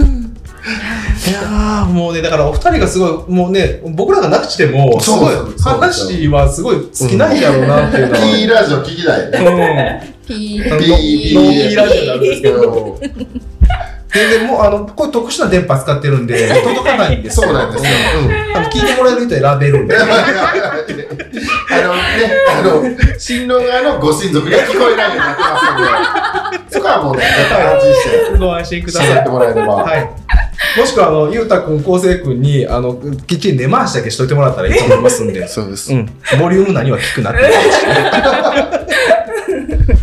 [SPEAKER 1] いやーもうねだからお二人がすごいもうね僕らがなくしてもすごい
[SPEAKER 2] そうそうそう
[SPEAKER 1] 話はすごい尽きないんだろうなっていうのは。
[SPEAKER 2] P ラジオ聞きたいね。
[SPEAKER 1] うん
[SPEAKER 4] ピ
[SPEAKER 1] あ
[SPEAKER 4] ー
[SPEAKER 1] のノ
[SPEAKER 2] ピー
[SPEAKER 1] ノーピーラジオなんですけど。全然もうあのこれ特殊な電波使ってるんで届かないんですよ
[SPEAKER 2] そうなんですよ。
[SPEAKER 1] うんあの聞いてもらえる人選べるんで
[SPEAKER 2] あのね、あの、新郎側のご親族が聞こえないようになってますので、そこはもうね、絶対安心して、
[SPEAKER 1] ご安心ください
[SPEAKER 2] 知ってもらえれば。
[SPEAKER 1] はい。もしくはあのゆうたくん、こうせいくんにあのきっちり根回しだけしといてもらったらいいと思いますんで。
[SPEAKER 2] そうです
[SPEAKER 1] うん。ボリューム何は聞くなって。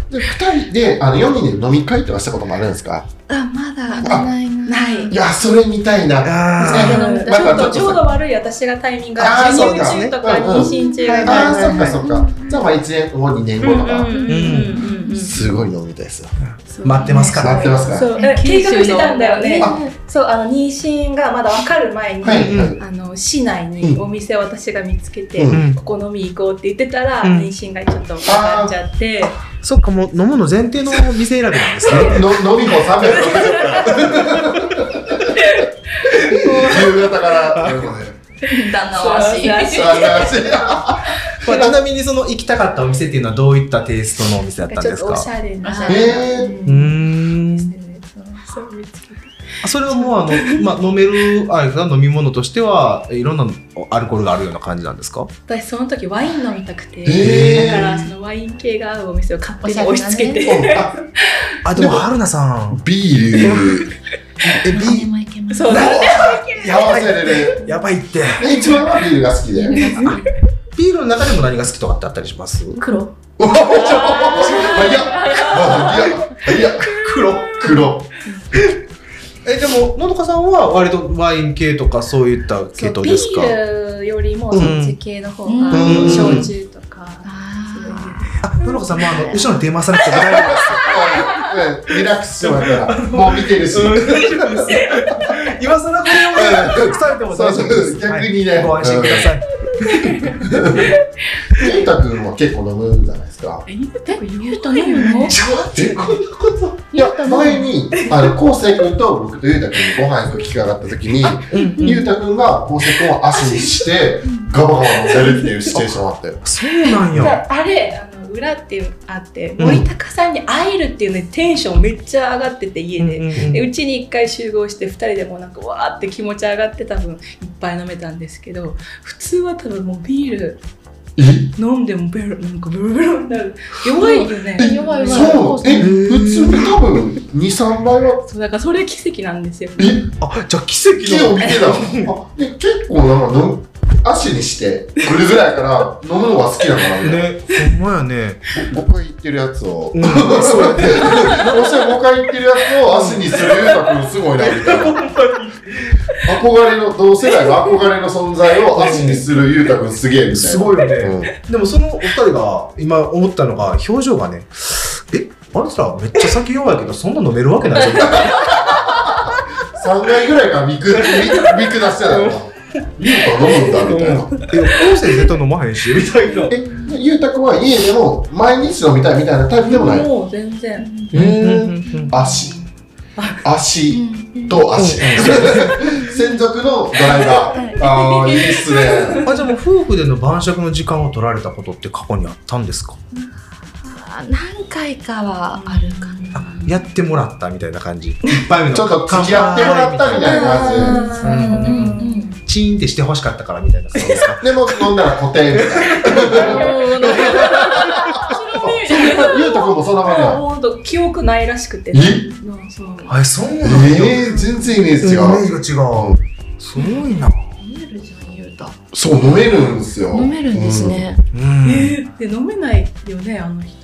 [SPEAKER 2] で2人であの4人で飲み会とかしたこともあるんですか
[SPEAKER 6] あ、まだないな。。
[SPEAKER 3] ないい
[SPEAKER 2] いやそれみたいな
[SPEAKER 1] あ
[SPEAKER 3] なのでち
[SPEAKER 2] また
[SPEAKER 3] ょっ
[SPEAKER 2] ちょっ
[SPEAKER 3] と
[SPEAKER 2] と
[SPEAKER 3] ちょうど悪い私がタイミング
[SPEAKER 2] あ
[SPEAKER 3] が
[SPEAKER 2] ー
[SPEAKER 3] 授乳
[SPEAKER 1] そう
[SPEAKER 3] 中
[SPEAKER 1] だ
[SPEAKER 3] とか妊娠中
[SPEAKER 1] うんうん
[SPEAKER 3] が
[SPEAKER 2] あーそっかそっかじゃあまあ1年後2年後とか、
[SPEAKER 3] うんうんうんうん
[SPEAKER 2] すごい飲みたいですよ
[SPEAKER 1] 待ってますから。
[SPEAKER 2] 待ってますから
[SPEAKER 3] そうえ計画してたんだよね
[SPEAKER 2] あ
[SPEAKER 3] そうあの妊娠がまだ分かる前に、
[SPEAKER 2] はい、
[SPEAKER 1] う
[SPEAKER 3] あの市内にお店を私が見つけて、
[SPEAKER 2] うん
[SPEAKER 3] ここ飲み行こうって言ってたら、
[SPEAKER 1] うん
[SPEAKER 3] 妊娠がちょっと分かっちゃって
[SPEAKER 1] そっかもう飲むの前提の店選びなんですね。
[SPEAKER 2] の飲み放360回夕方から飲み放 題
[SPEAKER 4] 旦那はし
[SPEAKER 3] そう
[SPEAKER 2] 素晴らしい
[SPEAKER 1] まあちなみにその行きたかったお店っていうのはどういったテイストのお店だ
[SPEAKER 3] な
[SPEAKER 1] っ
[SPEAKER 3] ん
[SPEAKER 1] た
[SPEAKER 3] か
[SPEAKER 1] ん
[SPEAKER 3] ちょ
[SPEAKER 1] で
[SPEAKER 3] っ
[SPEAKER 1] す
[SPEAKER 3] とお
[SPEAKER 1] か。
[SPEAKER 3] しゃれな
[SPEAKER 4] あ
[SPEAKER 2] え
[SPEAKER 3] うん
[SPEAKER 1] うーん。
[SPEAKER 3] そう見つけて
[SPEAKER 1] それはもうあのまあ飲めるあれか飲み物としてはいろんなアルコールがあるような感じなんですか。
[SPEAKER 3] 私その時ワイン飲みたくて、
[SPEAKER 2] えー
[SPEAKER 3] だからそのワイン系が合うお店を勝手に押し付けて、
[SPEAKER 2] ーうんあ
[SPEAKER 1] あでも春菜さん。
[SPEAKER 2] ビール
[SPEAKER 1] え
[SPEAKER 6] 何でもいけます。
[SPEAKER 3] そうだ
[SPEAKER 2] やばいそれで
[SPEAKER 1] やばいって。
[SPEAKER 2] え一番はビールが好きだよね
[SPEAKER 1] ビールの中でも何が好きとかってあったりします
[SPEAKER 4] 黒
[SPEAKER 2] おお早っ早っ早っ
[SPEAKER 1] 黒
[SPEAKER 2] 黒
[SPEAKER 1] えでものどかさんは割とワイン系とかそういった系
[SPEAKER 3] そう
[SPEAKER 1] 統
[SPEAKER 3] ビ
[SPEAKER 1] ですか
[SPEAKER 3] ールよりもそっち系の方が、
[SPEAKER 1] うん
[SPEAKER 3] 焼酎とか、
[SPEAKER 6] あ
[SPEAKER 1] あのどかさんもあの後ろに電話さなくても大丈
[SPEAKER 2] うんリラックスしてもらったらもう見てるし、
[SPEAKER 1] 夫です今更これをね伝えても大丈夫で
[SPEAKER 2] そうそ
[SPEAKER 1] す
[SPEAKER 2] う逆
[SPEAKER 1] はい
[SPEAKER 2] にね
[SPEAKER 1] ご安心ください
[SPEAKER 2] 健太君も結構飲むんじゃないですか
[SPEAKER 6] え、ゆうた飲むの
[SPEAKER 2] ちょっと待ってこんなこといや前にあの昴生君と僕とゆうた君にご飯行く機会があった時にゆうた君が昴生君を足にしてガバガバ飲んでるっていうシチュエーションがあったよ
[SPEAKER 1] そうなん
[SPEAKER 3] だか
[SPEAKER 1] や
[SPEAKER 3] らあれあの裏っていうのあって
[SPEAKER 1] ん
[SPEAKER 3] 森高さんに会えるっていうねテンションめっちゃ上がってて家で。
[SPEAKER 1] うんうん
[SPEAKER 3] で
[SPEAKER 1] うん
[SPEAKER 3] うちに1回集合して2人でもうなんかわーって気持ち上がって多分いっぱい飲めたんですけど普通は多分もうビール飲んでもベロなんかベロベロになる弱いよね
[SPEAKER 6] 弱い弱い
[SPEAKER 2] そうえ普通に多分23倍は
[SPEAKER 3] そうだからそれ奇跡なんですよ
[SPEAKER 2] え
[SPEAKER 1] あじゃあ奇跡
[SPEAKER 2] 木を
[SPEAKER 1] の
[SPEAKER 2] 見 てたのあで結構なんか飲む足にしてくるぐらいから飲むのが好きだからね
[SPEAKER 1] ねほんまやね
[SPEAKER 2] 僕が言ってるやつを
[SPEAKER 1] うん そうやね
[SPEAKER 2] どうしても僕が言ってるやつを足にするゆうたくんすごいなみたいな憧れの同世代の憧れの存在を足にするゆうたくんすげえみたいな
[SPEAKER 1] すごいよね
[SPEAKER 2] うん
[SPEAKER 1] でもそのお二人が今思ったのが表情がねえあれさめっちゃ酒弱いけどそんな飲めるわけないじゃん
[SPEAKER 2] 3回ぐらいから見く見見下してたのゆうた飲むんだみたいな
[SPEAKER 1] え、こうして絶対飲まへんし、みたいな。
[SPEAKER 2] えゆうたくんは家でも毎日飲みたいみたいなタイプでもない
[SPEAKER 3] もう全然
[SPEAKER 2] へえ足足と足専属のドライバーああいいっすね
[SPEAKER 1] あ、じゃあもう夫婦での晩酌の時間を取られたことって過去にあったんですか
[SPEAKER 6] あ何回かはあるかな。
[SPEAKER 1] あ、やってもらったみたいな感じ。一杯目の
[SPEAKER 2] ちょっと付き合ってもらったみたいな感じ
[SPEAKER 1] 乾杯みたいな。チーンってして欲しかったからみたいな感じですか
[SPEAKER 2] でも飲んだら固定みたいなゆうたくんもそんな感じなの
[SPEAKER 3] もう本当記憶ないらしくて
[SPEAKER 2] え
[SPEAKER 3] うんそう
[SPEAKER 1] あ、そうなの
[SPEAKER 2] ええ全然イメージ違う
[SPEAKER 1] ジが違う。すごいな。
[SPEAKER 6] 飲めるじゃん、ゆうた。
[SPEAKER 2] そう飲めるんですよ
[SPEAKER 6] 飲めるんですね。
[SPEAKER 1] うん。
[SPEAKER 3] えーで飲めないよねあの人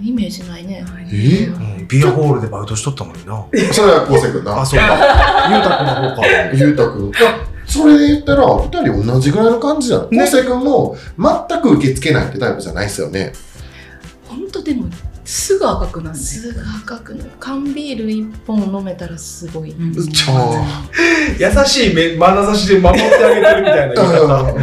[SPEAKER 6] イメージないね。
[SPEAKER 2] うんえ
[SPEAKER 1] うんビアホールでバイトしとったのにな。
[SPEAKER 2] それは昴生君な
[SPEAKER 1] あ、そうだ。ゆうたくんの方か。
[SPEAKER 2] ゆうたくんそれで言ったら二人同じぐらいの感じじゃない昴生君も全く受け付けないってタイプじゃないですよね
[SPEAKER 3] 本当でもすぐ赤くなるね
[SPEAKER 6] すぐ赤くなる缶ビール1本飲めたらすごい、
[SPEAKER 3] うん
[SPEAKER 2] 超
[SPEAKER 7] 優しい目眼差しで守ってあげてるみたいな言い方
[SPEAKER 1] う
[SPEAKER 2] う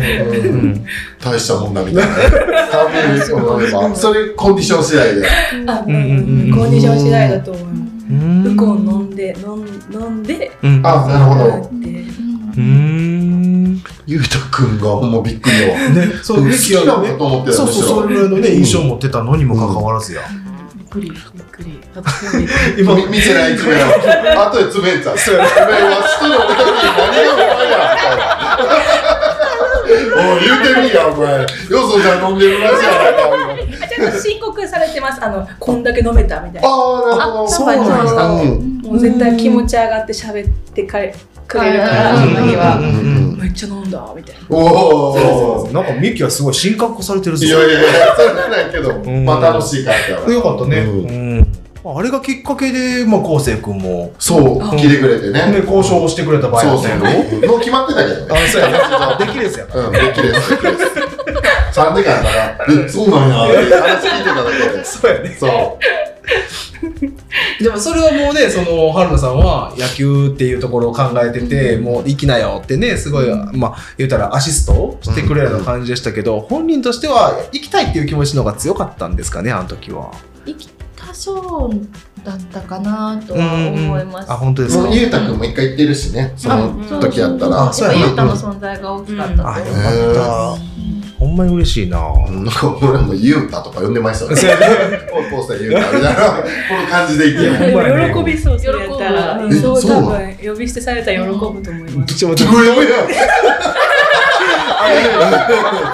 [SPEAKER 2] ん
[SPEAKER 1] ん
[SPEAKER 2] 大したもんだみた いな感じですよねそれコンディション次第で
[SPEAKER 3] あ
[SPEAKER 1] うんうんうん
[SPEAKER 3] コンディション次第だと思います
[SPEAKER 1] うん
[SPEAKER 3] ウコン飲んで飲ん飲んで
[SPEAKER 1] うん
[SPEAKER 2] あなるほど
[SPEAKER 3] こうやって
[SPEAKER 1] うんね
[SPEAKER 2] ゆうたくんがもうびっくりよ
[SPEAKER 1] そう
[SPEAKER 2] 好きなのかと思ってた
[SPEAKER 1] そ
[SPEAKER 2] ん
[SPEAKER 1] う
[SPEAKER 2] です
[SPEAKER 1] そう
[SPEAKER 2] よ
[SPEAKER 1] それぐらいのね印象を持ってたのにもかかわらずや、
[SPEAKER 3] びっくりびっくり私もびっくり
[SPEAKER 2] 今見てない爪を後で爪にさ爪は人のことに何がお前やみたいなおい言うてみいやお前よそじゃ飲んでるらしいやないかお前
[SPEAKER 3] あちゃんと申告されてますあのこんだけ飲めたみたいな
[SPEAKER 2] ああなるほど
[SPEAKER 3] そうなんだ
[SPEAKER 2] うん
[SPEAKER 3] もう絶対気持ち上がって喋ってかれくれるから
[SPEAKER 4] あ
[SPEAKER 3] そ
[SPEAKER 4] ー
[SPEAKER 3] の日は
[SPEAKER 1] うんうんうん
[SPEAKER 3] めっちゃ飲んだみたいな
[SPEAKER 1] そ
[SPEAKER 2] おお
[SPEAKER 1] うなんかミキはすごい神格化されてるぞ
[SPEAKER 2] いやいやいやそれじゃないけど
[SPEAKER 1] うん
[SPEAKER 2] まあ楽しいからだから
[SPEAKER 1] よかったね、
[SPEAKER 2] うん
[SPEAKER 1] うんあれがきっかけで、まあ、昴生君も、
[SPEAKER 2] そう
[SPEAKER 1] あ
[SPEAKER 2] 聞いてくれて
[SPEAKER 1] ね、
[SPEAKER 2] ね
[SPEAKER 1] 交渉をしてくれた場合
[SPEAKER 2] そう
[SPEAKER 1] だっ
[SPEAKER 2] そ
[SPEAKER 1] た
[SPEAKER 2] う
[SPEAKER 1] よ
[SPEAKER 2] もう決まってたけどね
[SPEAKER 1] あそうやねできるやつやから
[SPEAKER 2] うん、できるです、できるです。3時間だから、え、そうなんや、って話聞いてただけで。
[SPEAKER 1] そうやね
[SPEAKER 2] そう。
[SPEAKER 1] でもそれはもうねその春菜さんは野球っていうところを考えてて、もう行きなよってねすごい、まあ言うたらアシストをしてくれるような感じでしたけど、本人としては行きたいっていう気持ちの方が強かったんですかねあの時は。
[SPEAKER 6] 生きたそうだったかなとは思います、
[SPEAKER 1] あ本当です
[SPEAKER 2] そ
[SPEAKER 1] か
[SPEAKER 2] の、ゆうたくんも一回行ってるしね、その時やったら。
[SPEAKER 1] あそうや
[SPEAKER 6] やっ
[SPEAKER 1] ね
[SPEAKER 6] ぱゆうたの存在が大きかったと思
[SPEAKER 1] あ
[SPEAKER 6] う、
[SPEAKER 1] よかったほんまに嬉しいな。
[SPEAKER 2] なんか俺もゆうたとか呼んでまし
[SPEAKER 1] そう
[SPEAKER 2] たね。
[SPEAKER 1] やね
[SPEAKER 2] おい、こうしたゆうたみたいな、この感じで行って。
[SPEAKER 1] ほんまやね
[SPEAKER 3] 喜びそうそれやったら
[SPEAKER 2] 喜ぶ
[SPEAKER 3] そう
[SPEAKER 2] そう
[SPEAKER 3] 多分呼び捨てされたら喜ぶと思います
[SPEAKER 1] ちょっと
[SPEAKER 2] どうやもや。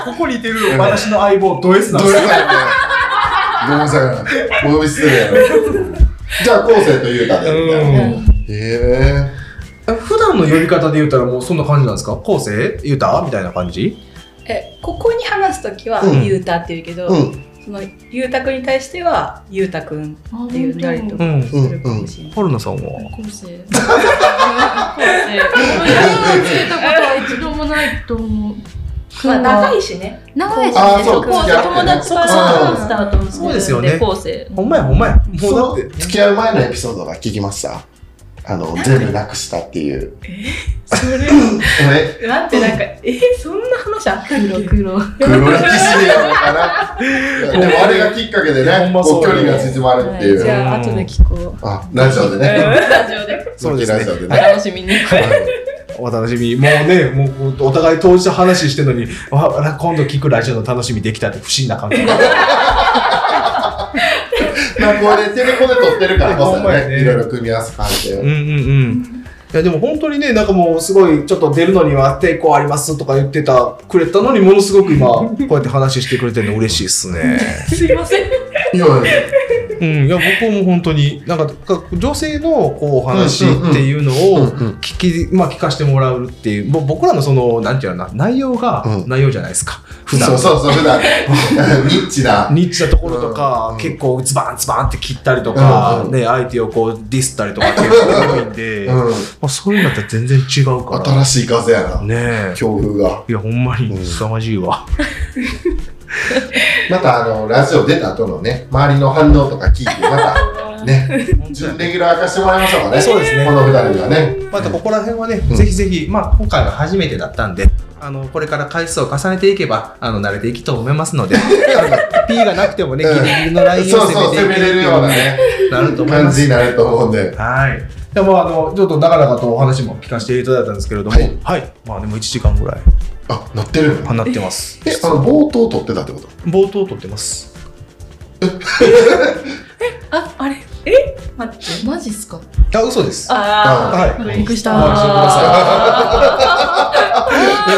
[SPEAKER 7] ここにいてる私の相棒ド S なん
[SPEAKER 2] ど
[SPEAKER 7] で
[SPEAKER 2] う
[SPEAKER 7] す
[SPEAKER 2] や
[SPEAKER 7] よ
[SPEAKER 2] もや。ごめんなさい。ごめん失礼やろ。じゃあ、こうせいとゆうたで。みたいなへ
[SPEAKER 1] 普段の呼び方で言うたらもうそんな感じなんですか昴生言うたみたいな感じ
[SPEAKER 3] えここに話す時は
[SPEAKER 2] うん
[SPEAKER 3] 「ゆうた」って言うけど、
[SPEAKER 2] え。うん、
[SPEAKER 3] そのゆうたくんに対しては「ゆうたくん」
[SPEAKER 6] あ
[SPEAKER 3] っていうなりと
[SPEAKER 1] う
[SPEAKER 3] か
[SPEAKER 1] ん
[SPEAKER 3] するかもしれない、
[SPEAKER 1] 春菜さんは
[SPEAKER 6] 高生
[SPEAKER 4] うん
[SPEAKER 6] つけたことは一度もないと思う。
[SPEAKER 3] まあ長いしね
[SPEAKER 6] 長いし
[SPEAKER 2] あー
[SPEAKER 6] ね、
[SPEAKER 2] そう
[SPEAKER 6] こ
[SPEAKER 2] 付き合ってね
[SPEAKER 6] 友達から
[SPEAKER 2] そう
[SPEAKER 6] スタートの
[SPEAKER 1] そうですよね
[SPEAKER 6] 構成。
[SPEAKER 1] ほんまやほんまやもうだ
[SPEAKER 2] そ
[SPEAKER 1] っ
[SPEAKER 2] の
[SPEAKER 1] て
[SPEAKER 2] 付き合う前のエピソードが聞きました。あの、全部なくしたっていう。
[SPEAKER 3] それ
[SPEAKER 2] え
[SPEAKER 3] なんてなんかえそんな話あったっ
[SPEAKER 6] 黒
[SPEAKER 3] け
[SPEAKER 6] 黒。
[SPEAKER 2] 黒歴史なのかなでもあれがきっかけで
[SPEAKER 1] ほん
[SPEAKER 2] ね、
[SPEAKER 1] ま
[SPEAKER 2] こ
[SPEAKER 1] そうう
[SPEAKER 2] 距離が縮まるってい
[SPEAKER 3] じ
[SPEAKER 2] う。
[SPEAKER 3] ゃあ後で聞こ
[SPEAKER 2] あ、ラジオで
[SPEAKER 3] う、
[SPEAKER 2] ね。
[SPEAKER 6] ラジオで
[SPEAKER 1] そうですね
[SPEAKER 2] ラジオで
[SPEAKER 6] お
[SPEAKER 2] ね。
[SPEAKER 6] 楽しみに。
[SPEAKER 1] お楽しみもうねもうこうお互い当時と話してるのにわ今度聞くラジオの楽しみできたって不審な感じ
[SPEAKER 2] まあ、これテレコで撮ってるからこ
[SPEAKER 1] ほん
[SPEAKER 2] そ
[SPEAKER 1] まや
[SPEAKER 2] ね、
[SPEAKER 1] ね
[SPEAKER 2] いろいろ組み合わせ感じ
[SPEAKER 1] うんうん
[SPEAKER 2] で。
[SPEAKER 1] うんいやでも本当にねなんかもうすごいちょっと出るのには抵抗ありますとか言ってたくれたのにものすごく今こうやって話してくれてるの嬉しいっすね
[SPEAKER 3] うすいません
[SPEAKER 2] いやいや
[SPEAKER 1] うん、いや僕も本当になんかか女性のこうお話っていうの
[SPEAKER 2] うん
[SPEAKER 1] を
[SPEAKER 2] うんうん
[SPEAKER 1] 聞き、まあ、聞かせてもらうっていうぼ僕らのそのなんていうのかな内容が
[SPEAKER 2] うん
[SPEAKER 1] 内容じゃないですか、普段
[SPEAKER 2] そうそうそう、普段。 ニッチな。
[SPEAKER 1] ニッチなところとか、
[SPEAKER 2] うん
[SPEAKER 1] 結構ズバンズバンって切ったりとか、
[SPEAKER 2] うん
[SPEAKER 1] ね、相手をこうディスったりとかっていう人が多いんで、
[SPEAKER 2] う
[SPEAKER 1] ま
[SPEAKER 2] ん。
[SPEAKER 1] あ、そういうのだったら全然違うから
[SPEAKER 2] 新しい風やな。
[SPEAKER 1] ねえ
[SPEAKER 2] 強風が。
[SPEAKER 1] いやほんま
[SPEAKER 2] う
[SPEAKER 1] に
[SPEAKER 2] ん
[SPEAKER 1] 凄まじいわ、
[SPEAKER 2] また、あの、ラジオ出た後のね、周りの反応とか聞いて、ま た、ね、準レギュラー化してもらいましょうかね。
[SPEAKER 1] そうですね
[SPEAKER 2] この二人がね。
[SPEAKER 1] またここら辺はね、
[SPEAKER 2] うん
[SPEAKER 1] ぜひぜひ、まあ、今回は初めてだったんで、あの、これから回数を重ねていけば、あの、慣れていきと思います ので、P がなくてもね、ギリギリのラインを
[SPEAKER 2] そう
[SPEAKER 1] 攻
[SPEAKER 2] そう、
[SPEAKER 1] めて
[SPEAKER 2] 攻
[SPEAKER 1] い
[SPEAKER 2] め
[SPEAKER 1] ける
[SPEAKER 2] れ
[SPEAKER 1] って
[SPEAKER 2] る
[SPEAKER 1] い
[SPEAKER 2] よう
[SPEAKER 1] う
[SPEAKER 2] なね、
[SPEAKER 1] なると思い
[SPEAKER 2] 感
[SPEAKER 1] ま
[SPEAKER 2] じ
[SPEAKER 1] す。
[SPEAKER 2] になると思うんで。
[SPEAKER 1] はい。でも、あの、ちょっと長々とお話も聞かせていただいたんですけれども、
[SPEAKER 2] は
[SPEAKER 1] はい
[SPEAKER 2] い。
[SPEAKER 1] まあ、でも1時間ぐらい
[SPEAKER 2] あ、なってるの
[SPEAKER 1] 放ってます。
[SPEAKER 2] え、あの、冒頭撮ってたってこと
[SPEAKER 1] 冒頭撮ってます。
[SPEAKER 3] ああれえ待って
[SPEAKER 6] マジっすか
[SPEAKER 1] あ、嘘です。は
[SPEAKER 3] あー
[SPEAKER 1] い。
[SPEAKER 6] びっくりし
[SPEAKER 1] お話してくだ
[SPEAKER 6] た。
[SPEAKER 2] 怖い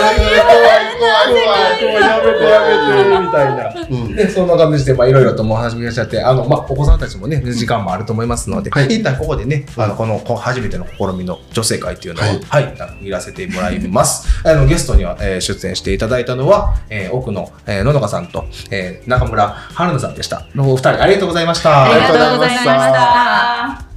[SPEAKER 2] 怖い怖い怖い怖いやめてや
[SPEAKER 1] みたいな。
[SPEAKER 2] めてうん
[SPEAKER 1] でそんな感じで、まあ、いろいろともお話ししちゃって、あの、まあ、お子さんたちもね、時間もあると思いますので、
[SPEAKER 2] はい
[SPEAKER 1] 一旦ここでね、あの、この、この初めての試みの女性会っていうのは、
[SPEAKER 2] は
[SPEAKER 1] はいい、一旦いらせてもらいます。あの、ゲストには、えー出演していただいたのは、えー奥野、えー、ののかさんと、えー中村春菜さんでした。のお二人、ありがとうございました。
[SPEAKER 2] ありがとうござ
[SPEAKER 6] ありがと
[SPEAKER 2] いました
[SPEAKER 6] うございました。
[SPEAKER 3] あー